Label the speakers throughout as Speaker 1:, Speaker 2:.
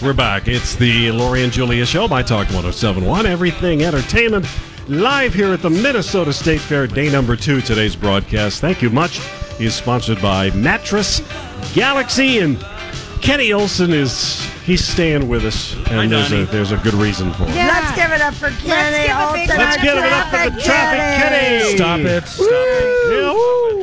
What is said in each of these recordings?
Speaker 1: We're back. It's the Lori and Julia Show by Talk 1071, Everything Entertainment, live here at the Minnesota State Fair, day number two. Today's broadcast, thank you much, is sponsored by Mattress Galaxy. And Kenny Olson is, he's staying with us. And there's a, there's a good reason for it.
Speaker 2: Yeah.
Speaker 3: Let's give it up for Kenny
Speaker 2: give a
Speaker 3: Olsen.
Speaker 2: big
Speaker 1: Let's
Speaker 2: Our
Speaker 1: give it up for the traffic, Kenny.
Speaker 4: Stop it. Stop
Speaker 1: Yeah, woo.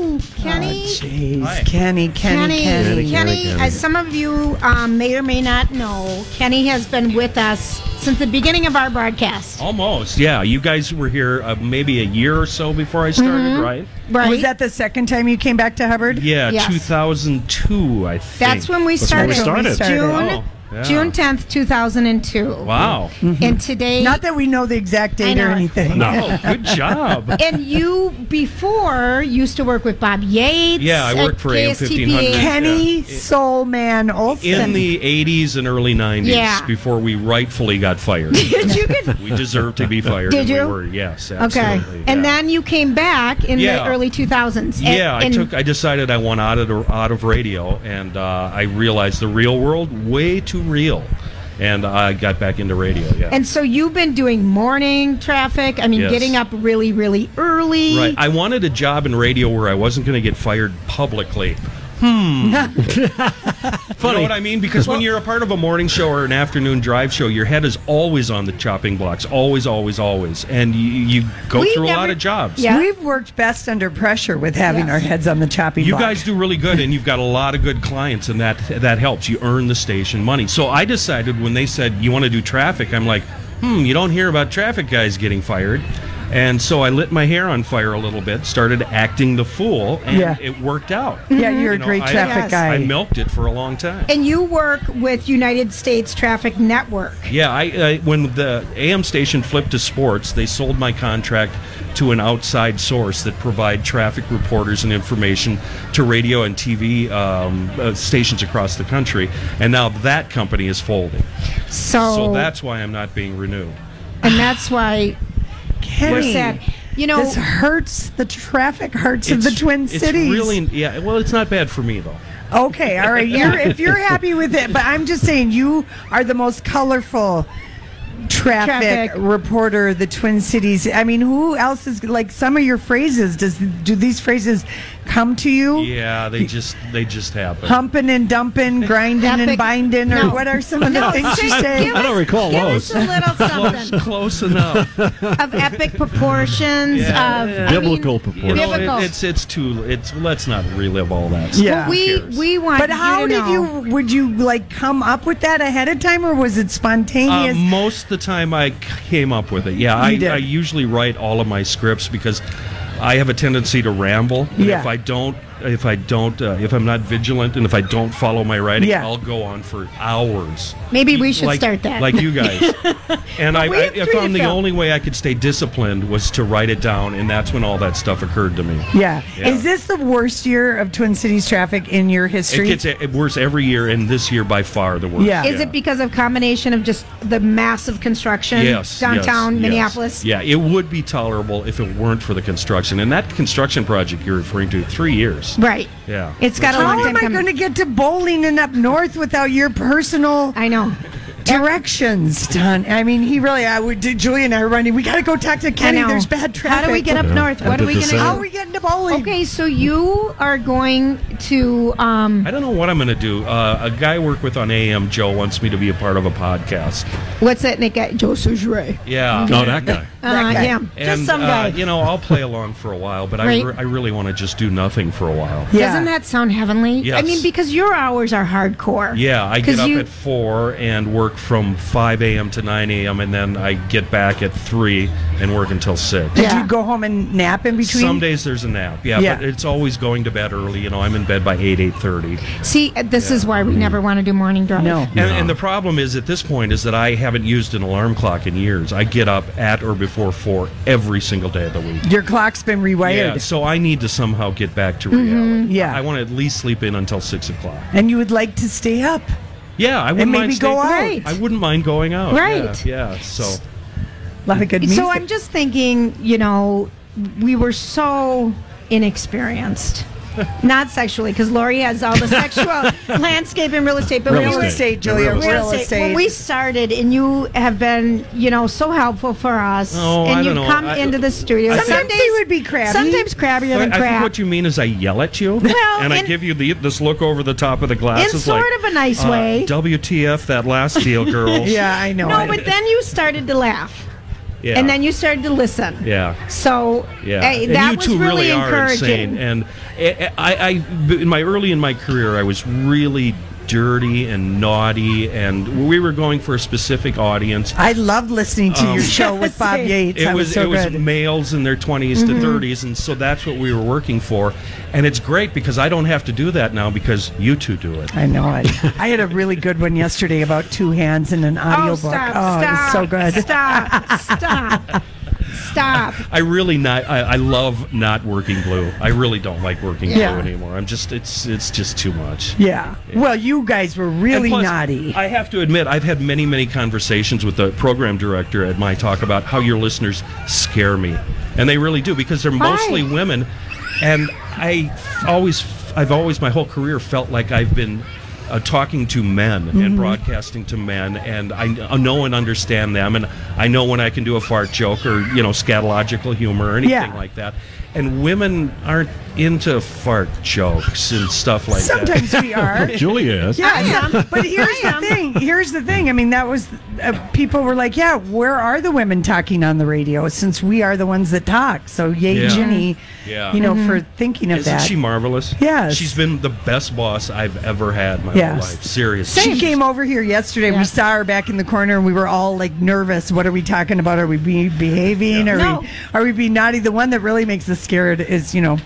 Speaker 2: Kenny,
Speaker 4: Hi.
Speaker 3: Jeez, Kenny,
Speaker 2: Kenny,
Speaker 3: Kenny, Kenny.
Speaker 1: Kenny,
Speaker 2: Kenny,
Speaker 1: Kenny.
Speaker 2: as some of you um, may or may not know, Kenny has been with us since the beginning of our broadcast.
Speaker 4: Oh. Almost, yeah. You guys were here uh, maybe a year or so before I started,
Speaker 2: Mm-hmm.
Speaker 4: right?
Speaker 2: Right?
Speaker 3: Was that the second time you came back to Hubbard?
Speaker 4: Yeah,
Speaker 2: Yes.
Speaker 4: 2002, I think.
Speaker 2: That's when we
Speaker 1: when
Speaker 2: started.
Speaker 1: we
Speaker 3: started.
Speaker 2: June,
Speaker 4: Oh, yeah.
Speaker 2: June 10th, 2002.
Speaker 4: Wow. Mm-hmm.
Speaker 2: And today,
Speaker 3: Not that we know the exact
Speaker 2: I
Speaker 3: date
Speaker 2: know.
Speaker 3: or anything.
Speaker 4: Oh, good job.
Speaker 2: and you before used to work with Bob Yates.
Speaker 4: Yeah, I
Speaker 2: at
Speaker 4: worked for AM 1500.
Speaker 2: KSTP.
Speaker 3: Kenny Soul Man Olsen.
Speaker 4: In the 80s and early 90s,
Speaker 2: Yeah.
Speaker 4: before we rightfully got fired.
Speaker 2: Did you get-
Speaker 4: we deserved to be fired.
Speaker 2: Did
Speaker 4: and
Speaker 2: you?
Speaker 4: We were, yes,
Speaker 2: okay.
Speaker 4: absolutely.
Speaker 2: And
Speaker 4: yeah.
Speaker 2: then you came back in
Speaker 4: Yeah.
Speaker 2: the early 2000s. And-
Speaker 4: Yeah, I
Speaker 2: and-
Speaker 4: took. I decided I want out of out of radio, and uh, I realized the real world way too real, and I got back into radio. Yeah,
Speaker 2: And so you've been doing morning traffic. I mean,
Speaker 4: Yes.
Speaker 2: getting up really, really early.
Speaker 4: Right. I wanted a job in radio where I wasn't going to get fired publicly. Hmm. You know what I mean? Because when you're a part of a morning show or an afternoon drive show, your head is always on the chopping blocks. Always, always, always. And you, you go
Speaker 2: We
Speaker 4: through a lot
Speaker 2: never-
Speaker 4: of jobs.
Speaker 2: Yeah.
Speaker 3: We've worked best under pressure with having
Speaker 2: Yes.
Speaker 3: our heads on the chopping
Speaker 4: You
Speaker 3: block.
Speaker 4: guys do really good, and you've got a lot of good clients, and that that helps. You earn the station money. So I decided when they said you want to do traffic, I'm like, hmm, you don't hear about traffic guys getting fired, and so I lit my hair on fire a little bit, started acting the fool, and
Speaker 3: Yeah.
Speaker 4: it worked out.
Speaker 3: Yeah, you're a great
Speaker 4: I-
Speaker 3: traffic
Speaker 2: Yes.
Speaker 3: guy.
Speaker 4: I milked it for a long time.
Speaker 2: And you work with United States Traffic Network.
Speaker 4: Yeah, I, I when the AM station flipped to sports, they sold my contract to an outside source that provide traffic reporters and information to radio and TV um, uh, stations across the country. And now that company is folding,
Speaker 2: So,
Speaker 3: Oh.
Speaker 4: so that's why I'm not being renewed.
Speaker 2: and that's why we're
Speaker 3: Kenny,
Speaker 2: sad. You know,
Speaker 3: this hurts. The traffic hurts of the
Speaker 4: It's-
Speaker 3: Twin
Speaker 4: it's
Speaker 3: Cities.
Speaker 4: Really, yeah. Well, it's not bad for me though.
Speaker 3: Okay, all right. You're, if you're happy with it, but I'm just saying you are the most colorful
Speaker 2: Traffic.
Speaker 3: traffic, reporter the Twin Cities. I mean, who else is like some of your phrases? Does do these phrases come to you?
Speaker 4: Yeah, they just they just happen.
Speaker 3: Humping and dumping, grinding
Speaker 2: Epic.
Speaker 3: and binding, or
Speaker 2: No.
Speaker 3: what are some of the
Speaker 2: No,
Speaker 3: things you
Speaker 2: say-
Speaker 3: say?
Speaker 2: give
Speaker 1: I don't
Speaker 2: us-
Speaker 1: recall
Speaker 2: give
Speaker 1: those.
Speaker 2: us a little something
Speaker 4: Close enough.
Speaker 2: of epic proportions.
Speaker 4: Yeah.
Speaker 2: of
Speaker 4: Yeah.
Speaker 2: I mean,
Speaker 1: Biblical proportions.
Speaker 4: You know, it,
Speaker 2: Biblical.
Speaker 4: it's it's too. It's let's not relive all that. stuff.
Speaker 3: Yeah.
Speaker 2: we
Speaker 4: cares?
Speaker 2: we want.
Speaker 3: But how
Speaker 2: you to
Speaker 3: did
Speaker 2: know.
Speaker 3: you? Would you like come up with that ahead of time, or was it
Speaker 4: Uh,
Speaker 3: spontaneous?
Speaker 4: most of the time I c- came up with it. Yeah, I,
Speaker 3: You did.
Speaker 4: I usually write all of my scripts because I have a tendency to ramble. And
Speaker 3: Yeah.
Speaker 4: If I don't, if I don't, uh, if I'm not vigilant and if I don't follow my writing,
Speaker 3: Yeah.
Speaker 4: I'll go on for hours.
Speaker 2: Maybe we should
Speaker 4: like,
Speaker 2: start that.
Speaker 4: Like you guys. and I,
Speaker 2: we
Speaker 4: I,
Speaker 2: have
Speaker 4: I
Speaker 2: three
Speaker 4: found
Speaker 2: to
Speaker 4: the
Speaker 2: fill.
Speaker 4: only way I could stay disciplined was to write it down, and that's when all that stuff occurred to me.
Speaker 3: yeah.
Speaker 4: Yeah.
Speaker 3: Is this the worst year of Twin Cities traffic in your
Speaker 4: It
Speaker 3: history?
Speaker 4: gets uh, worse every year, and this year by far the worst.
Speaker 3: Yeah.
Speaker 2: Is it because of combination of just the massive construction
Speaker 4: yes,
Speaker 2: downtown
Speaker 4: yes,
Speaker 2: Minneapolis?
Speaker 4: yes. Yeah, it would be tolerable if it weren't for the construction. And that construction project you're referring to, three years.
Speaker 2: Right.
Speaker 4: Yeah.
Speaker 2: It's got a long
Speaker 3: How
Speaker 2: time
Speaker 3: am I
Speaker 2: coming.
Speaker 3: going to get to bowling and up north without your personal
Speaker 2: I know.
Speaker 3: directions, Don? I mean, he really. I would. Julie and I were running. We got to go talk to
Speaker 2: I
Speaker 3: Kenny.
Speaker 2: know.
Speaker 3: There's bad traffic.
Speaker 2: How do we get up
Speaker 1: Yeah.
Speaker 2: north? What are we going to
Speaker 1: How
Speaker 3: How
Speaker 1: are
Speaker 3: are
Speaker 2: do?
Speaker 3: we getting to bowling?
Speaker 2: Okay, so you are going to. Um,
Speaker 4: I don't know what I'm going to do. Uh, a guy I work with on AM, Joe, wants me to be a part of a podcast.
Speaker 2: what's that Nick guy? Joe Sugeray.
Speaker 4: Yeah.
Speaker 1: No, Oh, that guy.
Speaker 2: Uh,
Speaker 3: guy.
Speaker 2: yeah,
Speaker 4: And,
Speaker 2: just some
Speaker 4: uh,
Speaker 2: guy.
Speaker 4: you know, I'll play along for a while, but
Speaker 2: Right.
Speaker 4: I, re- I really want to just do nothing for a while.
Speaker 3: Yeah.
Speaker 2: Doesn't that sound heavenly? I
Speaker 4: Yes.
Speaker 2: mean, because your hours are hardcore.
Speaker 4: Yeah, I
Speaker 2: 'Cause
Speaker 4: get up
Speaker 2: you-
Speaker 4: at 4 and work from 5 a.m. to 9 a.m., and then I get back at 3 and work until 6.
Speaker 3: Did
Speaker 2: Yeah.
Speaker 3: you go home and nap in between?
Speaker 4: Some days there's a nap, yeah,
Speaker 3: Yeah.
Speaker 4: but it's always going to bed early. You know, I'm in bed by eight eight thirty,
Speaker 2: See, uh, this is why we never want to do morning drive.
Speaker 3: No.
Speaker 4: and, and the problem is at this point is that I haven't used an alarm clock in years. I get up at or before four every single day of the week.
Speaker 3: Your clock's been rewired.
Speaker 4: Yeah, so I need to somehow get back to
Speaker 2: Mm-hmm.
Speaker 4: reality.
Speaker 3: Yeah.
Speaker 4: I want to at least sleep in until six o'clock.
Speaker 3: And you would like to stay up.
Speaker 4: Yeah, I wouldn't
Speaker 3: maybe
Speaker 4: mind staying-
Speaker 3: go out.
Speaker 2: Right.
Speaker 4: I wouldn't mind going out. yeah,
Speaker 2: Right.
Speaker 4: Yeah. so
Speaker 3: A lot of good music.
Speaker 2: So I'm just thinking, you know, we were so inexperienced. Not sexually, because Lori has all the sexual landscape and real estate. But
Speaker 1: Real
Speaker 2: we
Speaker 3: Real
Speaker 2: were-
Speaker 3: estate,
Speaker 1: Yeah,
Speaker 3: Julia.
Speaker 1: real
Speaker 3: Real
Speaker 1: estate.
Speaker 3: estate.
Speaker 2: When we started, and you have been, you know, so helpful for us.
Speaker 4: Oh,
Speaker 2: and
Speaker 4: I
Speaker 2: you've
Speaker 4: don't know.
Speaker 2: come
Speaker 4: I-
Speaker 2: into the studio.
Speaker 4: I
Speaker 2: Some
Speaker 4: think-
Speaker 2: days-
Speaker 3: Sexy would be crabby.
Speaker 2: Sometimes crabbier than
Speaker 4: I, I think
Speaker 2: crab.
Speaker 4: what you mean is I yell at you,
Speaker 2: Well,
Speaker 4: and I
Speaker 2: in-
Speaker 4: give you the, this look over the top of the
Speaker 2: in
Speaker 4: glasses,
Speaker 2: sort
Speaker 4: like,
Speaker 2: of a nice
Speaker 4: uh,
Speaker 2: way.
Speaker 4: WTF that last deal, girls?
Speaker 3: Yeah, I know.
Speaker 2: No,
Speaker 3: I-
Speaker 2: but then you started to laugh,
Speaker 4: yeah,
Speaker 2: and then you started to listen.
Speaker 4: yeah.
Speaker 2: So
Speaker 4: Yeah,
Speaker 2: hey,
Speaker 4: and
Speaker 2: that
Speaker 4: you
Speaker 2: was
Speaker 4: two
Speaker 2: really,
Speaker 4: really, are insane.
Speaker 2: encouraging.
Speaker 4: And I, I, I, in my early in my career, I was really dirty and naughty, and we were going for a specific audience.
Speaker 3: I love listening to your show with Bob
Speaker 2: Same.
Speaker 3: Yates.
Speaker 4: Um, It
Speaker 3: That
Speaker 4: was,
Speaker 3: so
Speaker 4: it was
Speaker 3: good.
Speaker 4: males in their 20s to 30s, and so that's what we were working for. And it's great because I don't have to do that now because you two do it.
Speaker 3: I know it. I had a really good one yesterday about two hands and an audiobook.
Speaker 2: Oh, stop!
Speaker 3: oh, it was
Speaker 2: stop!
Speaker 3: so good.
Speaker 2: Stop! Stop! stop!
Speaker 4: I really not. I, I love not working blue. I really don't like working
Speaker 3: Yeah.
Speaker 4: blue anymore. I'm just. It's it's just too much.
Speaker 3: Yeah. Well, you guys were really
Speaker 4: And plus,
Speaker 3: naughty.
Speaker 4: I have to admit, I've had many, many conversations with the program director at my talk about how your listeners scare me, and they really do because they're mostly women, and I always, I've always my whole career felt like I've been. Uh, talking to men
Speaker 3: Mm-hmm.
Speaker 4: and broadcasting to men, and I kn- know and understand them, and I know when I can do a fart joke or you know scatological humor or anything
Speaker 3: Yeah.
Speaker 4: like that. And women aren't into fart jokes and stuff like that.
Speaker 3: Sometimes we are.
Speaker 1: Julia is.
Speaker 3: Yeah,
Speaker 2: I am.
Speaker 3: but here's
Speaker 2: I am.
Speaker 3: the thing. Here's the thing. I mean, that was uh, people were like, "Yeah, where are the women talking on the radio? Since we are the ones that talk." So, yay,
Speaker 4: Yeah.
Speaker 3: Ginny,
Speaker 4: Yeah.
Speaker 3: you know,
Speaker 2: Mm-hmm.
Speaker 3: for thinking of
Speaker 4: Isn't
Speaker 3: that.
Speaker 4: she marvelous?
Speaker 3: Yes.
Speaker 4: She's been the best boss I've ever had my whole
Speaker 3: Yes.
Speaker 4: life. Seriously.
Speaker 3: She came over here yesterday.
Speaker 2: Yeah.
Speaker 3: We saw her back in the corner, and we were all like nervous. What are we talking about? Are we be behaving? Are
Speaker 2: No.
Speaker 3: we are we being naughty? The one that really makes us scared is you know,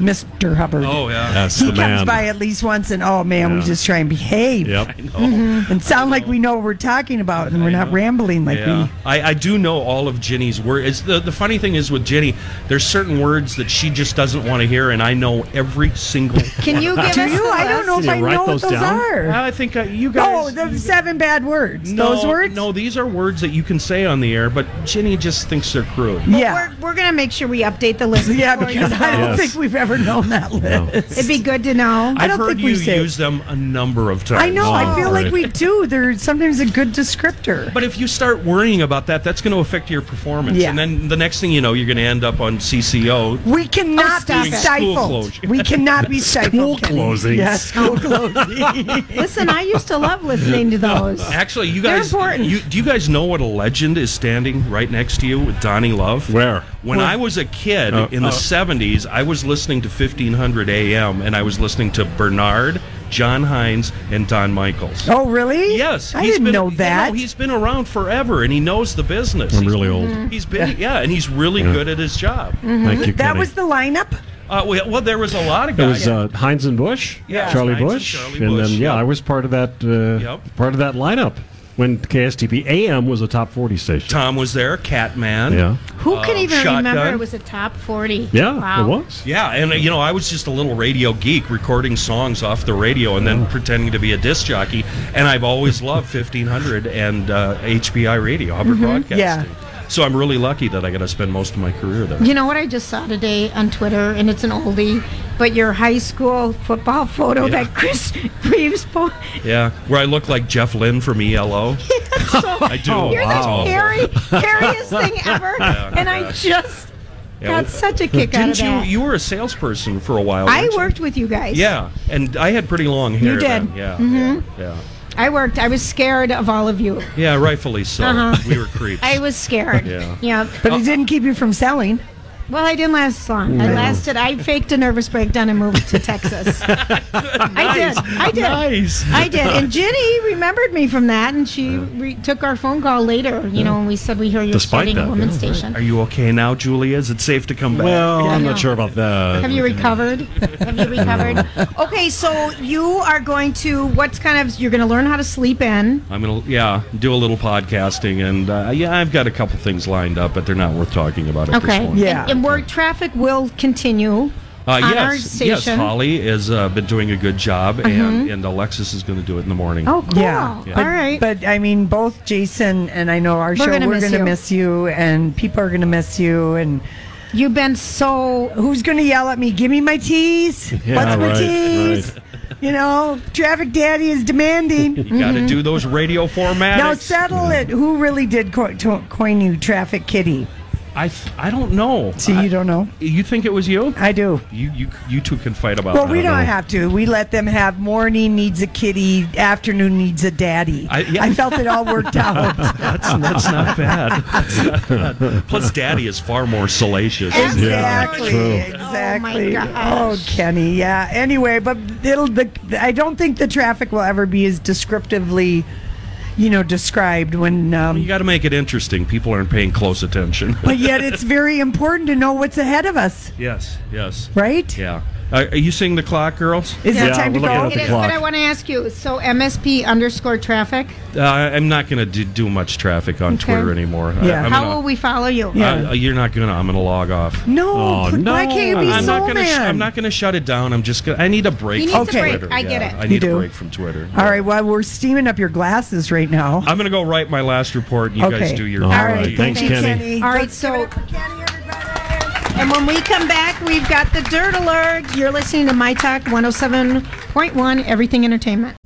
Speaker 3: Mister Hubbard.
Speaker 4: Oh yeah.
Speaker 1: That's
Speaker 3: he
Speaker 1: the
Speaker 3: comes
Speaker 1: man.
Speaker 3: by at least once, and oh man, we
Speaker 1: Yeah.
Speaker 3: just try and behave
Speaker 1: Yep.
Speaker 4: I know.
Speaker 3: and sound like we know what we're talking about, and we're
Speaker 4: I
Speaker 3: not
Speaker 4: know.
Speaker 3: rambling like
Speaker 4: Yeah.
Speaker 3: we.
Speaker 4: I, I do know all of Ginny's words. It's the, the funny thing is with Ginny, there's certain words that she just doesn't want to hear, and I know every single.
Speaker 2: Can you give
Speaker 3: Do
Speaker 2: us?
Speaker 3: you?
Speaker 2: the
Speaker 3: I don't
Speaker 2: list?
Speaker 3: know if
Speaker 1: Did you
Speaker 3: I
Speaker 1: write
Speaker 3: know what
Speaker 1: those
Speaker 3: those
Speaker 1: down?
Speaker 3: are.
Speaker 4: I think uh, you
Speaker 3: Oh,
Speaker 4: guys.
Speaker 3: the seven bad words.
Speaker 4: no,
Speaker 3: those words?
Speaker 4: No, these are words that you can say on the air, but Ginny just thinks they're crude.
Speaker 3: Yeah.
Speaker 2: We're, we're gonna make sure we update the list.
Speaker 3: Yeah,
Speaker 2: before you
Speaker 3: because I
Speaker 2: go.
Speaker 3: don't
Speaker 1: Yes.
Speaker 3: think we've ever known that list.
Speaker 2: it'd be good to know.
Speaker 3: I
Speaker 4: I've
Speaker 3: don't
Speaker 4: heard
Speaker 3: think
Speaker 4: you
Speaker 3: we say-
Speaker 4: use them a number of times.
Speaker 3: I know. I feel
Speaker 1: Alright.
Speaker 3: like we do. They're sometimes a good descriptor.
Speaker 4: But if you start worrying about that, that's going to affect your performance.
Speaker 3: Yeah.
Speaker 4: And then the next thing you know, you're going to end up on CCO.
Speaker 3: we cannot
Speaker 2: stop
Speaker 3: be
Speaker 2: it.
Speaker 4: School
Speaker 3: stifled.
Speaker 4: closure.
Speaker 3: We cannot be stifled. Kenny.
Speaker 1: closings.
Speaker 3: Yes, school closing.
Speaker 2: Listen, I used to love listening to those.
Speaker 4: Actually, you
Speaker 2: They're
Speaker 4: guys,
Speaker 2: important.
Speaker 4: You, do you guys know what a legend is standing right next to you with Donnie Love?
Speaker 1: Where?
Speaker 4: When I was a kid
Speaker 1: Oh,
Speaker 4: in the
Speaker 1: oh.
Speaker 4: 70s, I was listening to 1500 AM and I was listening to Bernard, John Hines, and Don Michaels.
Speaker 3: oh, really?
Speaker 4: Yes,
Speaker 3: I
Speaker 4: he's
Speaker 3: didn't
Speaker 4: been-
Speaker 3: know
Speaker 4: no,
Speaker 3: that.
Speaker 4: he's been around forever, and he knows the business.
Speaker 1: I'm
Speaker 4: He's-
Speaker 1: really old.
Speaker 4: He's
Speaker 3: Mm-hmm.
Speaker 4: been, yeah, and he's really good at his job.
Speaker 1: Thank you,
Speaker 3: that
Speaker 1: Kenny.
Speaker 3: was the lineup.
Speaker 4: Uh, well, well, there was a lot of
Speaker 1: It
Speaker 4: guys.
Speaker 1: was uh, Heinz and Bush,
Speaker 4: Yeah,
Speaker 1: Charlie
Speaker 4: Heinz and
Speaker 1: Bush,
Speaker 4: Charlie
Speaker 1: and
Speaker 4: Bush,
Speaker 1: then yeah,
Speaker 4: yep.
Speaker 1: I was part of that uh,
Speaker 4: Yep.
Speaker 1: part of that lineup when KSTP AM was a top forty station.
Speaker 4: Tom was there, Catman.
Speaker 1: Yeah,
Speaker 2: Who can
Speaker 4: Uh,
Speaker 2: even remember
Speaker 4: Shotgun?
Speaker 2: it was a top forty?
Speaker 1: yeah,
Speaker 2: wow.
Speaker 1: it was.
Speaker 4: Yeah, and uh, you know, I was just a little radio geek recording songs off the radio and then pretending to be a disc jockey. And I've always loved 1500 and uh, HBI radio, Hubbard
Speaker 2: Mm-hmm.
Speaker 4: Broadcasting.
Speaker 3: yeah.
Speaker 4: So I'm really lucky that I got to spend most of my career there.
Speaker 2: You know what I just saw today on Twitter, and it's an oldie, but your high school football photo
Speaker 4: Yeah.
Speaker 2: that Chris Reeves posted.
Speaker 4: Yeah, where I look like Jeff Lynn from ELO. I do.
Speaker 2: Oh, You're
Speaker 4: It's awful.
Speaker 2: the hairy, hairiest thing ever, and I just
Speaker 4: Yeah,
Speaker 2: got
Speaker 4: well-
Speaker 2: such a kick out of
Speaker 4: Didn't you?
Speaker 2: that.
Speaker 4: You were a salesperson for a while.
Speaker 2: I
Speaker 4: weren't you?
Speaker 2: worked with you guys.
Speaker 4: Yeah, and I had pretty long hair.
Speaker 2: You did. Mm-hmm.
Speaker 4: Then. Yeah, yeah.
Speaker 2: I worked. I was scared of all of you.
Speaker 4: Yeah. Yeah, rightfully so.
Speaker 2: Uh-huh.
Speaker 4: We were creeps.
Speaker 2: I was scared.
Speaker 4: Yeah.
Speaker 3: But
Speaker 4: Uh,
Speaker 3: it didn't keep you from selling.
Speaker 2: Well, I didn't last long. I lasted. I faked a nervous breakdown and moved to Texas. I did. I did.
Speaker 4: Nice.
Speaker 2: I did. And Ginny remembered me from that, and she re- took our phone call later. You know, and we said we hear you're
Speaker 1: Despite
Speaker 2: starting
Speaker 1: that,
Speaker 2: a woman's
Speaker 1: yeah, right.
Speaker 2: station.
Speaker 4: Are you okay now, Julia? Is it safe to come back?
Speaker 1: Well, I'm
Speaker 2: Yeah.
Speaker 1: not sure about that.
Speaker 2: Have you recovered? Have you recovered? Okay, so you are going to what's kind of you're going to learn how to sleep in.
Speaker 4: I'm gonna yeah do a little podcasting and uh, yeah I've got a couple things lined up but they're not worth talking about at
Speaker 2: Okay.
Speaker 4: this point.
Speaker 3: Yeah.
Speaker 2: And, and where traffic will continue.
Speaker 4: Uh,
Speaker 2: on our
Speaker 4: yes, yes.
Speaker 2: station.
Speaker 4: Holly has uh, been doing a good job,
Speaker 3: Mm-hmm.
Speaker 4: and, and Alexis is going to do it in the morning.
Speaker 2: Oh, cool.
Speaker 3: Yeah.
Speaker 2: All right.
Speaker 3: But I mean, both Jason and I know our show,
Speaker 2: gonna
Speaker 3: we're
Speaker 2: miss
Speaker 3: going to
Speaker 2: you.
Speaker 3: miss you, and people are going to miss you, and
Speaker 2: You've been so.
Speaker 3: Who's going to yell at me? Give me my teas.
Speaker 1: Yeah,
Speaker 3: What's my
Speaker 1: right,
Speaker 3: teas? You know, traffic daddy is demanding.
Speaker 4: You got to do those radio formats.
Speaker 3: Now settle it. Who really did co- to- coin you traffic kitty?
Speaker 4: I th- I don't know.
Speaker 3: See,
Speaker 4: I-
Speaker 3: you don't know.
Speaker 4: You think it was you?
Speaker 3: I do.
Speaker 4: You you you two can fight about.
Speaker 3: Well,
Speaker 4: that.
Speaker 3: we
Speaker 4: Oh, I
Speaker 3: don't
Speaker 4: know.
Speaker 3: have to. We let them have morning needs a kitty, afternoon needs a daddy.
Speaker 4: I-
Speaker 3: I,
Speaker 4: yeah.
Speaker 3: felt it all worked out.
Speaker 4: That's that's not bad. That's not bad. Plus, Daddy is far more salacious. isn't he?
Speaker 3: exactly.
Speaker 1: true.
Speaker 3: Exactly.
Speaker 2: Oh, my gosh.
Speaker 3: oh, Kenny. Yeah. Anyway, but it'll. The, I don't think the traffic will ever be as descriptively, you know, described when. Um,
Speaker 4: You got to make it interesting. People aren't paying close attention.
Speaker 3: but yet, it's very important to know what's ahead of us,
Speaker 4: yes. Yes.
Speaker 3: right?
Speaker 4: Yeah. Uh, are you seeing the clock, girls?
Speaker 3: Is
Speaker 1: Yeah,
Speaker 3: it time to
Speaker 1: we're
Speaker 3: go?
Speaker 1: looking
Speaker 2: It is,
Speaker 1: Clock.
Speaker 2: but I want to ask you. So MSP underscore traffic.
Speaker 4: Uh, I'm not going to do, do much traffic on Twitter anymore. I,
Speaker 3: Yeah.
Speaker 4: I'm
Speaker 2: How
Speaker 4: gonna-
Speaker 2: will we follow you?
Speaker 4: Uh, you're not going to. I'm going to log off.
Speaker 3: No,
Speaker 1: Oh,
Speaker 3: pl- why
Speaker 1: no.
Speaker 3: can't you be
Speaker 1: I'm
Speaker 4: I'm
Speaker 3: so
Speaker 4: not gonna. Sh-
Speaker 3: man?
Speaker 4: I'm not gonna shut it down. I'm just gonna. I need a break.
Speaker 2: He needs
Speaker 4: from
Speaker 2: a break.
Speaker 4: Twitter.
Speaker 2: I get
Speaker 4: Yeah,
Speaker 2: it.
Speaker 4: I need
Speaker 3: You
Speaker 4: a
Speaker 3: do.
Speaker 4: break from Twitter.
Speaker 3: All right, well, we're steaming up your glasses right now.
Speaker 4: I'm gonna go write my last report. and You guys
Speaker 3: Okay.
Speaker 4: do your.
Speaker 1: All
Speaker 4: thing.
Speaker 1: right. Thanks,
Speaker 3: thank you,
Speaker 1: Kenny.
Speaker 2: All right,
Speaker 3: Let's
Speaker 2: so-
Speaker 3: give it up for Kenny, everybody.
Speaker 2: And when we come back, we've got the Dirt Alert. You're listening to My Talk 107.1 Everything Entertainment.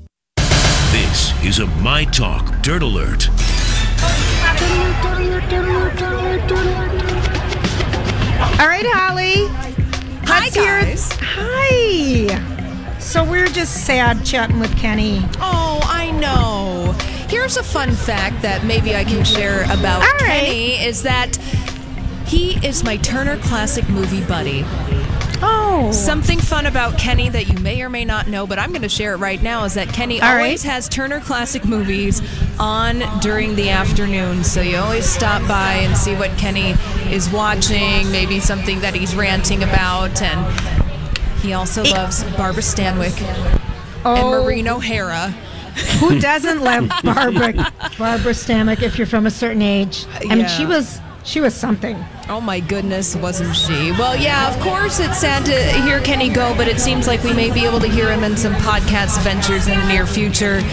Speaker 5: This is a My Talk Dirt Alert.
Speaker 2: All right, Holly.
Speaker 6: Hi,
Speaker 2: Let's hear-
Speaker 6: guys.
Speaker 2: Hi. So we're just sad chatting with Kenny.
Speaker 6: Oh, I know. Here's a fun fact that maybe I can share about
Speaker 2: All right.
Speaker 6: Kenny is that he is my Turner Classic movie buddy.
Speaker 2: Oh.
Speaker 6: Something fun about Kenny that you may or may not know, but I'm going to share it right now is that Kenny
Speaker 2: All
Speaker 6: always
Speaker 2: right.
Speaker 6: has Turner Classic movies on during the afternoon. So you always stop by and see what Kenny is watching, maybe something that he's ranting about. And he also loves Barbara Stanwyck and
Speaker 2: oh,
Speaker 6: Maureen O'Hara.
Speaker 2: Who doesn't love Barbara Barbara Stanwyck if you're from a certain age? I mean, she
Speaker 6: Yeah.
Speaker 2: was she was something.
Speaker 6: Oh my goodness, wasn't she? Well, yeah, of course it's sad to hear Kenny go, but it seems like we may be able to hear him in some podcast ventures in the near future. And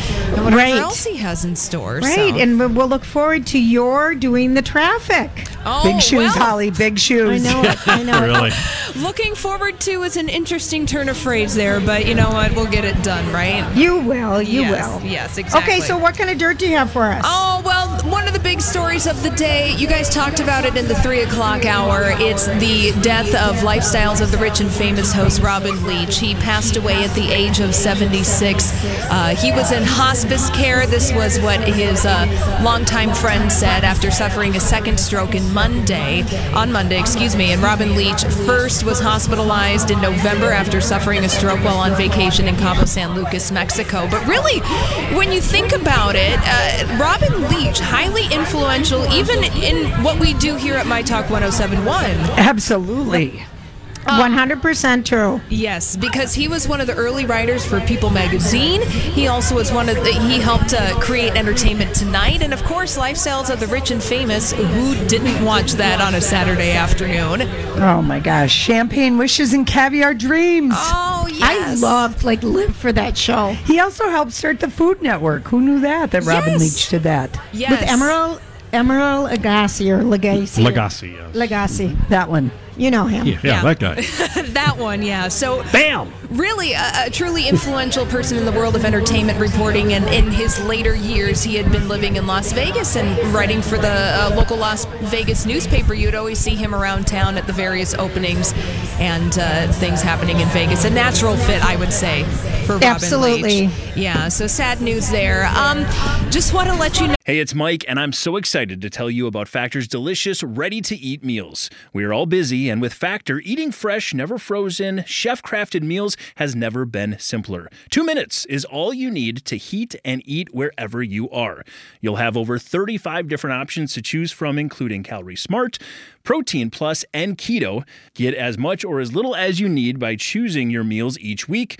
Speaker 6: whatever
Speaker 2: Right.
Speaker 6: else he has in store. so.
Speaker 2: Right, and we- we'll look forward to your doing the traffic.
Speaker 6: oh,
Speaker 3: Big shoes,
Speaker 6: well,
Speaker 3: Holly. Big
Speaker 2: I
Speaker 3: shoes.
Speaker 2: know it. I know it.
Speaker 1: Really?
Speaker 6: Looking forward to is an interesting turn of phrase there, but you know what? We'll get it done, right?
Speaker 2: You will. You
Speaker 6: Yes,
Speaker 2: will.
Speaker 6: yes, exactly.
Speaker 2: Okay, so what kind of dirt do you have for us?
Speaker 6: Oh, well, one of the big stories of the day, you guys talked about it in the three o'clock hour. It's the death of Lifestyles of the Rich and Famous host Robin Leach. He passed away at the age of 76. Uh, he was in hospice care. This was what his uh, longtime friend said after suffering a second stroke in Monday, on Monday, excuse me. And Robin Leach first was hospitalized in November after suffering a stroke while on vacation in Cabo San Lucas, Mexico. But really, when you think about it, uh, Robin Leach, highly influential, even in what we do here at My Talk 1071.
Speaker 3: Absolutely.
Speaker 6: um,
Speaker 2: One hundred percent true.
Speaker 6: Yes, because he was one of the early writers for People magazine. He also was one of the, he helped uh, create Entertainment Tonight, and of course, Lifestyles of the Rich and Famous. Who didn't watch that on a Saturday afternoon?
Speaker 3: Oh my gosh. Champagne wishes and caviar dreams.
Speaker 6: Oh yes,
Speaker 2: I loved like live for that show
Speaker 3: He also helped start the Food Network. Who knew that? That Robin
Speaker 6: Yes.
Speaker 3: Leach did that.
Speaker 6: yes.
Speaker 2: with Emerald Emerald Lagasse or Lagasse
Speaker 1: Legacy. Yeah.
Speaker 2: Lagasse.
Speaker 3: That one.
Speaker 2: You know him.
Speaker 1: yeah, that guy.
Speaker 6: That one, yeah. So
Speaker 1: Bam.
Speaker 6: really a, a truly influential person in the world of entertainment reporting and in his later years he had been living in las vegas and writing for the uh, local las vegas newspaper you'd always see him around town at the various openings and uh, things happening in vegas a natural fit i would say for robin
Speaker 2: Absolutely.
Speaker 6: Leach. yeah so sad news there um, just want to let you know
Speaker 7: Hey, it's Mike, and I'm so excited to tell you about Factor's delicious, ready to eat meals. We are all busy, and with Factor, eating fresh, never frozen, chef crafted meals has never been simpler. Two minutes is all you need to heat and eat wherever you are. You'll have over 35 different options to choose from, including Calorie Smart, Protein Plus, and Keto. Get as much or as little as you need by choosing your meals each week.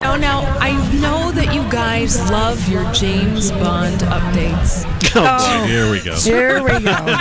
Speaker 6: Now, Oh, now, I know that you guys love your James Bond updates.
Speaker 1: Oh, here we go.
Speaker 3: Here we go.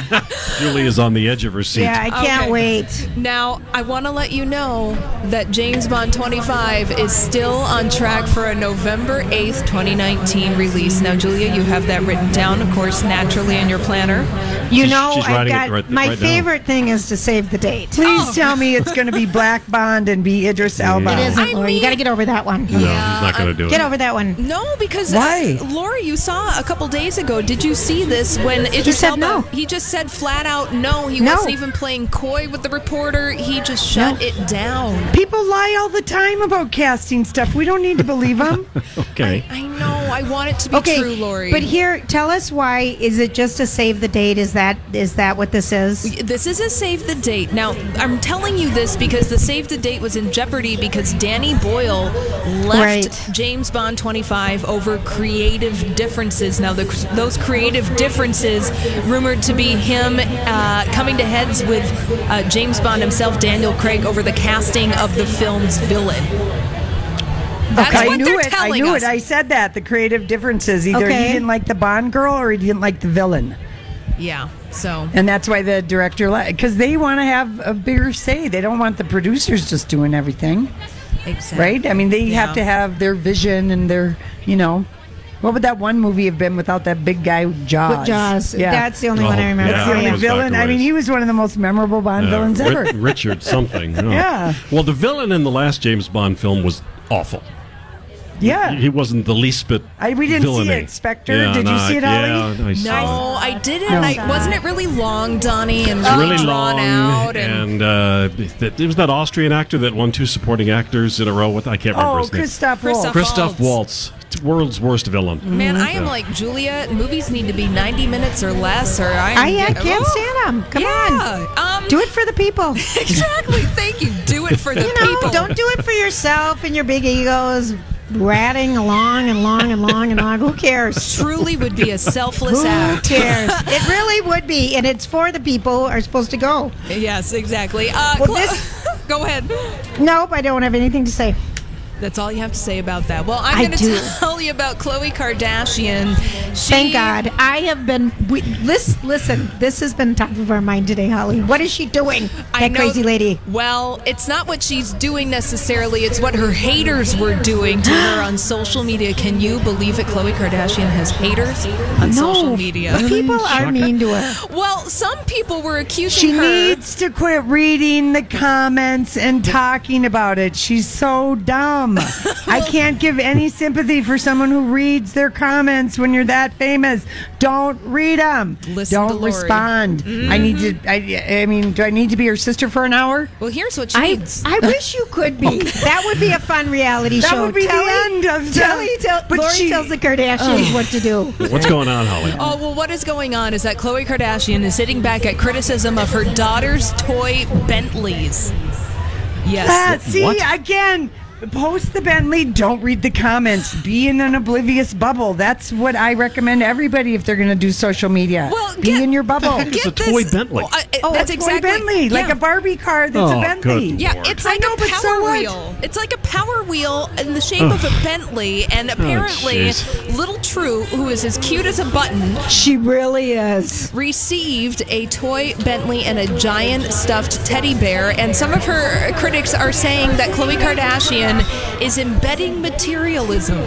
Speaker 1: Julie is on the edge of her seat.
Speaker 2: Yeah, I can't
Speaker 6: Okay.
Speaker 2: wait.
Speaker 6: Now, I want to let you know that James Bond 25 is still on track for a November 8th, 2019 release. Now, Julia, you have that written down, of course, naturally in your planner.
Speaker 2: You
Speaker 1: She's-
Speaker 2: know,
Speaker 1: she's
Speaker 2: I've
Speaker 1: writing it
Speaker 2: got
Speaker 1: right-
Speaker 2: my
Speaker 1: right now.
Speaker 2: favorite thing is to save the date.
Speaker 3: Please tell me it's going to be Black Bond and be Idris Elba.
Speaker 2: It isn't,
Speaker 6: I
Speaker 2: Lori. you
Speaker 6: mean-
Speaker 2: got to get over that one.
Speaker 1: no, he's not going to do it.
Speaker 2: Get over that one.
Speaker 6: No, because
Speaker 3: Why?
Speaker 6: uh, Lori, you saw a couple days ago. Did you see this when Idris
Speaker 2: said
Speaker 6: Elba-
Speaker 2: no.
Speaker 6: He just said flat out no. He
Speaker 2: No.
Speaker 6: wasn't even playing coy with the reporter. He just shut it down.
Speaker 3: People lie all the time about casting stuff. We don't need to believe them.
Speaker 1: Okay.
Speaker 6: I know. I want it to be
Speaker 2: Okay,
Speaker 6: true, Lori.
Speaker 2: but here, tell us why. Is it just to save the date? Is that is that what this is?
Speaker 6: This is a save the date. Now, I'm telling you this because the save the date was in jeopardy because Danny Boyle left
Speaker 2: Right.
Speaker 6: James Bond 25 over creative differences. Now, the, those creative differences rumored to be him uh, coming to heads with uh, James Bond himself, Daniel Craig, over the casting of the film's villain. That's
Speaker 3: I
Speaker 6: what
Speaker 3: knew
Speaker 6: they're
Speaker 3: it. I
Speaker 6: telling
Speaker 3: knew
Speaker 6: us.
Speaker 3: it. I said that. The creative differences. Either
Speaker 2: Okay.
Speaker 3: he didn't like the Bond girl or he didn't like the villain.
Speaker 6: yeah. So
Speaker 3: And that's why the director left. Because they want to have a bigger say. They don't want the producers just doing everything,
Speaker 6: exactly.
Speaker 3: right? I mean, they have to have their vision and their, you know. What would that one movie have been without that big guy with uh, Jaws?
Speaker 2: With Jaws.
Speaker 3: Yeah.
Speaker 2: That's the only
Speaker 1: Oh,
Speaker 2: one I remember.
Speaker 1: yeah,
Speaker 3: the
Speaker 1: that
Speaker 3: only
Speaker 1: goes back
Speaker 3: villain.
Speaker 1: a
Speaker 3: I mean,
Speaker 1: ways.
Speaker 3: he was one of the most memorable Bond
Speaker 1: Uh,
Speaker 3: villains
Speaker 1: Ri-
Speaker 3: ever.
Speaker 1: Richard something. no.
Speaker 3: Yeah.
Speaker 1: Well, the villain in the last James Bond film was awful.
Speaker 3: Yeah.
Speaker 1: He wasn't the least bit.
Speaker 3: I- we didn't see
Speaker 1: villainy.
Speaker 3: it, Spectre.
Speaker 1: Yeah,
Speaker 3: Did you
Speaker 1: no,
Speaker 3: see it,
Speaker 1: I-
Speaker 3: Ollie?
Speaker 1: Yeah, I saw it.
Speaker 6: No, I didn't. I, wasn't it really long, Donnie? And
Speaker 1: It's really
Speaker 6: drawn
Speaker 1: long,
Speaker 6: out.
Speaker 1: and, uh, th- it was that Austrian actor that won two supporting actors in a row. With I can't remember
Speaker 3: Oh,
Speaker 1: his name.
Speaker 3: Christoph Waltz.
Speaker 6: Christoph-
Speaker 1: Christoph Waltz, t- world's worst villain.
Speaker 6: Man, I am like Julia. Movies need to be 90 minutes or less, or I,
Speaker 2: I yeah,
Speaker 6: Oh,
Speaker 2: can't stand them. Come
Speaker 6: on. Um,
Speaker 2: on, do it for the people.
Speaker 6: exactly. Thank you. Do it for the
Speaker 2: You know,
Speaker 6: people.
Speaker 2: don't do it for yourself and your big egos ratting along and long and long and long. Who cares?
Speaker 6: Truly would be a selfless
Speaker 2: Who
Speaker 6: act.
Speaker 2: cares? It really would be, and it's for the people who are supposed to go.
Speaker 6: Yes, exactly. Uh,
Speaker 2: Well,
Speaker 6: Cla-
Speaker 2: this-
Speaker 6: Go ahead.
Speaker 2: Nope, I don't have anything to say.
Speaker 6: That's all you have to say about that. Well, I'm
Speaker 2: I
Speaker 6: going
Speaker 2: do.
Speaker 6: to tell you about Khloe Kardashian. She,
Speaker 2: Thank God. I have been. We, this, listen, this has been top of our mind today, Holly. What is she doing?
Speaker 6: I
Speaker 2: That
Speaker 6: know-
Speaker 2: crazy lady.
Speaker 6: Well, it's not what she's doing necessarily. It's what her haters were doing to her on social media. Can you believe it? Khloe Kardashian has haters on social media.
Speaker 2: People are mean to her.
Speaker 6: Well, some people were accusing
Speaker 3: She
Speaker 6: her.
Speaker 3: needs to quit reading the comments and talking about it. She's so dumb. I can't give any sympathy for someone who reads their comments when you're that famous. Don't read them.
Speaker 6: Listen to
Speaker 3: Don't
Speaker 6: Lori. Mm-hmm.
Speaker 3: respond. I need to. I, I mean, do I need to be her sister for an hour?
Speaker 6: well, here's what she
Speaker 2: I,
Speaker 6: needs.
Speaker 2: I wish you could be. That would be a fun reality
Speaker 3: That
Speaker 2: show.
Speaker 3: would be
Speaker 2: Telly-
Speaker 3: the end of
Speaker 2: Telly tell,
Speaker 3: But
Speaker 2: Lori
Speaker 3: she-
Speaker 2: tells the Kardashians what to do.
Speaker 1: What's going on, Holly?
Speaker 6: Oh, well, what is going on is that Khloe Kardashian is sitting back at criticism of her daughter's toy Bentleys. Yes.
Speaker 3: Ah, see
Speaker 1: What?
Speaker 3: again. Post the Bentley. Don't read the comments. Be in an oblivious bubble. That's what I recommend everybody if they're going to do social media.
Speaker 6: Well,
Speaker 3: be
Speaker 6: get-
Speaker 3: in your bubble.
Speaker 1: It's a toy Bentley.
Speaker 6: Well, I-
Speaker 3: Oh,
Speaker 6: that's
Speaker 3: a toy
Speaker 6: exactly
Speaker 3: Bentley, like
Speaker 6: yeah.
Speaker 3: a Barbie car that's
Speaker 1: Oh,
Speaker 3: a Bentley.
Speaker 1: good.
Speaker 6: Yeah,
Speaker 1: Lord.
Speaker 6: it's like
Speaker 3: I know,
Speaker 6: a
Speaker 3: but
Speaker 6: power
Speaker 3: so what?
Speaker 6: wheel. It's like a power wheel in the shape of a Bentley, and apparently,
Speaker 1: jeez.
Speaker 6: little True, who is as cute as a button,
Speaker 2: She really is.
Speaker 6: received a toy Bentley and a giant stuffed teddy bear. And some of her critics are saying that Khloe Kardashian is embedding materialism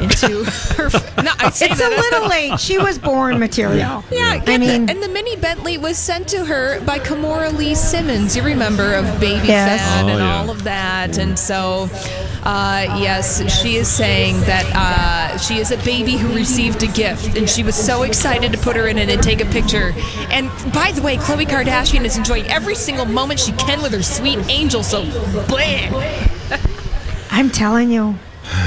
Speaker 6: into her. No, I say
Speaker 2: It's a
Speaker 6: that-
Speaker 2: little late. She was born material.
Speaker 6: Yeah,
Speaker 2: I
Speaker 6: get that.
Speaker 2: mean-
Speaker 6: and the mini Bentley was sent to her by Kimora Lee Simmons. You remember of Baby
Speaker 2: Yes.
Speaker 6: Fat
Speaker 2: Oh,
Speaker 6: and
Speaker 2: yeah.
Speaker 6: all of that, and so uh, yes, she is saying that uh, she is a baby who received a gift, and she was so excited to put her in it and take a picture. And by the way, Khloe Kardashian is enjoying every single moment she can with her sweet angel. So, bleh.
Speaker 3: I'm telling you.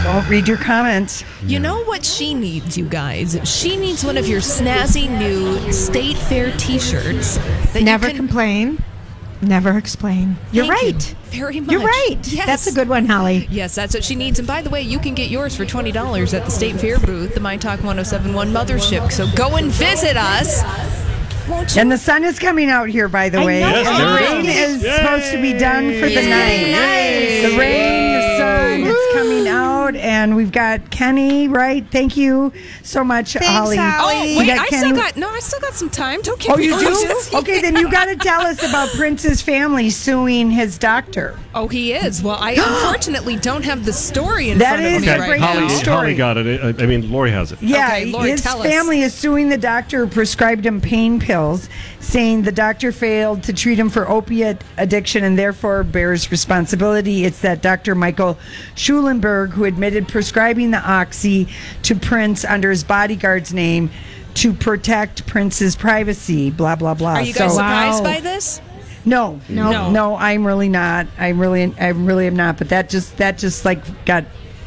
Speaker 3: Don't Oh, read your comments.
Speaker 6: You know what she needs, you guys? She needs one of your snazzy new State Fair t shirts.
Speaker 2: Never complain. Never explain. You're
Speaker 6: Thank you
Speaker 2: right.
Speaker 6: very much.
Speaker 2: You're right.
Speaker 6: Yes.
Speaker 2: That's a good one, Holly.
Speaker 6: Yes, that's what she needs. And by the way, you can get yours for $20 at the State Fair booth, the My Talk 1071 Mothership. So go and visit us. Won't you?
Speaker 3: And the sun is coming out here, by the
Speaker 6: I
Speaker 3: way.
Speaker 6: know.
Speaker 1: Yes,
Speaker 3: And
Speaker 1: there
Speaker 3: the
Speaker 1: is.
Speaker 3: rain is supposed to be done for the
Speaker 6: Yay.
Speaker 3: night.
Speaker 6: Yay.
Speaker 3: The rain, the sun, it's coming out, and we've got Kenny. Right? Thank you so much,
Speaker 2: Thanks,
Speaker 3: Holly.
Speaker 2: Holly.
Speaker 6: Oh,
Speaker 3: We
Speaker 6: wait,
Speaker 3: got
Speaker 6: I
Speaker 3: Kenny-
Speaker 6: still got no, I still got some time. Don't get
Speaker 3: Oh, you
Speaker 6: me-
Speaker 3: do? Okay, then you got to tell us about Prince's family suing his doctor.
Speaker 6: Oh, he is. Well, I unfortunately don't have the story in
Speaker 3: That
Speaker 6: front of
Speaker 3: is
Speaker 6: me
Speaker 3: a
Speaker 6: right
Speaker 3: great
Speaker 6: now.
Speaker 1: Holly,
Speaker 3: story.
Speaker 1: Holly got it. I, I mean, Lori has it.
Speaker 3: Yeah,
Speaker 6: Okay, Lori,
Speaker 3: his
Speaker 6: tell us.
Speaker 3: family is suing the doctor who prescribed him pain pills, saying the doctor failed to treat him for opiate addiction and therefore bears responsibility. It's that Dr. Michael Schulenberg who admitted prescribing the oxy to Prince under his bodyguard's name to protect Prince's privacy. Blah blah blah.
Speaker 6: Are you guys
Speaker 3: So-
Speaker 6: surprised by this?
Speaker 3: no, no,
Speaker 6: No.
Speaker 3: no, I'm really not. I really, I really am not. But that just that just like got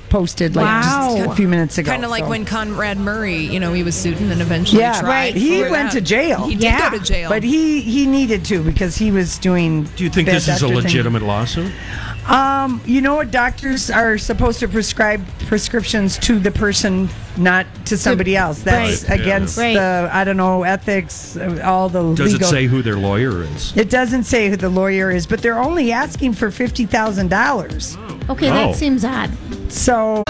Speaker 3: posted like just
Speaker 2: Wow.
Speaker 3: a few minutes ago.
Speaker 6: Kind of like
Speaker 3: so.
Speaker 6: when Conrad Murray, you know, he was sued and then eventually
Speaker 3: Yeah,
Speaker 6: tried.
Speaker 3: right. He
Speaker 6: for
Speaker 3: went
Speaker 6: that.
Speaker 3: to jail.
Speaker 6: He did
Speaker 2: Yeah.
Speaker 6: go to jail.
Speaker 3: But he he needed to because he was doing.
Speaker 4: Do you think
Speaker 3: bad
Speaker 4: this is a
Speaker 3: doctor thing.
Speaker 4: legitimate lawsuit?
Speaker 3: Um, you know what? Doctors are supposed to prescribe prescriptions to the person, not to somebody else. That's
Speaker 1: Right, yeah.
Speaker 3: against
Speaker 2: Right.
Speaker 3: the I don't know ethics, uh, all the
Speaker 4: Does
Speaker 3: legal.
Speaker 4: it say who their lawyer is?
Speaker 3: It doesn't say who the lawyer is, but they're only asking for fifty thousand dollars.
Speaker 2: Okay,
Speaker 1: Oh.
Speaker 2: that seems odd.
Speaker 3: So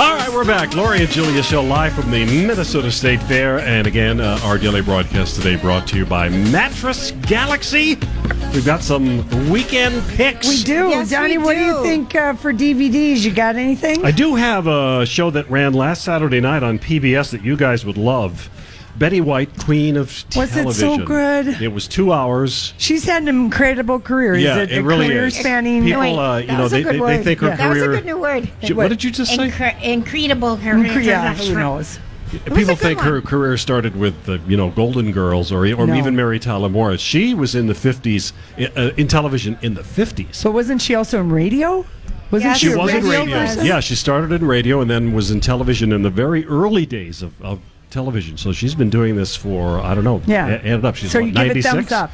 Speaker 1: All right, we're back. Lori and Julia show live from the Minnesota State Fair. And again, uh, our daily broadcast today brought to you by Mattress Galaxy. We've got some weekend picks.
Speaker 3: we do,
Speaker 2: Yes,
Speaker 3: Johnny.
Speaker 2: we
Speaker 3: What do
Speaker 2: do.
Speaker 3: you think uh, for DVDs? You got anything?
Speaker 1: I do have a show that ran last Saturday night on PBS that you guys would love. Betty White, Queen of
Speaker 3: Was
Speaker 1: Television.
Speaker 3: it so good?
Speaker 1: It was two hours.
Speaker 3: She's had an incredible career.
Speaker 1: Yeah,
Speaker 3: is it,
Speaker 1: it
Speaker 3: a
Speaker 1: really
Speaker 3: career
Speaker 1: is.
Speaker 3: spanning?
Speaker 1: People,
Speaker 2: Wait,
Speaker 1: uh, you
Speaker 2: that
Speaker 1: know,
Speaker 3: was
Speaker 1: they,
Speaker 3: a good
Speaker 1: they, they
Speaker 3: word.
Speaker 1: think her
Speaker 3: Yeah.
Speaker 2: That was a
Speaker 1: career.
Speaker 2: good new word.
Speaker 1: She- what did you just say?
Speaker 2: Incre- incredible career.
Speaker 3: Yeah, who knows?
Speaker 2: was a
Speaker 1: People
Speaker 2: good
Speaker 1: think her
Speaker 2: one.
Speaker 1: career started with the you know Golden Girls or or
Speaker 3: No.
Speaker 1: even Mary Tyler Moore. She was in the fifties uh, in television in the fifties.
Speaker 3: But wasn't she also in radio? Wasn't
Speaker 2: Yes,
Speaker 1: She
Speaker 2: a
Speaker 1: was in
Speaker 2: radio
Speaker 1: radio.
Speaker 2: person?
Speaker 1: Yeah, she started in radio and then was in television in the very early days of, of television. So she's been doing this for I don't know.
Speaker 3: Yeah.
Speaker 1: a- add it up. She's
Speaker 3: So
Speaker 1: what,
Speaker 3: you give it
Speaker 1: 96?
Speaker 3: thumbs up.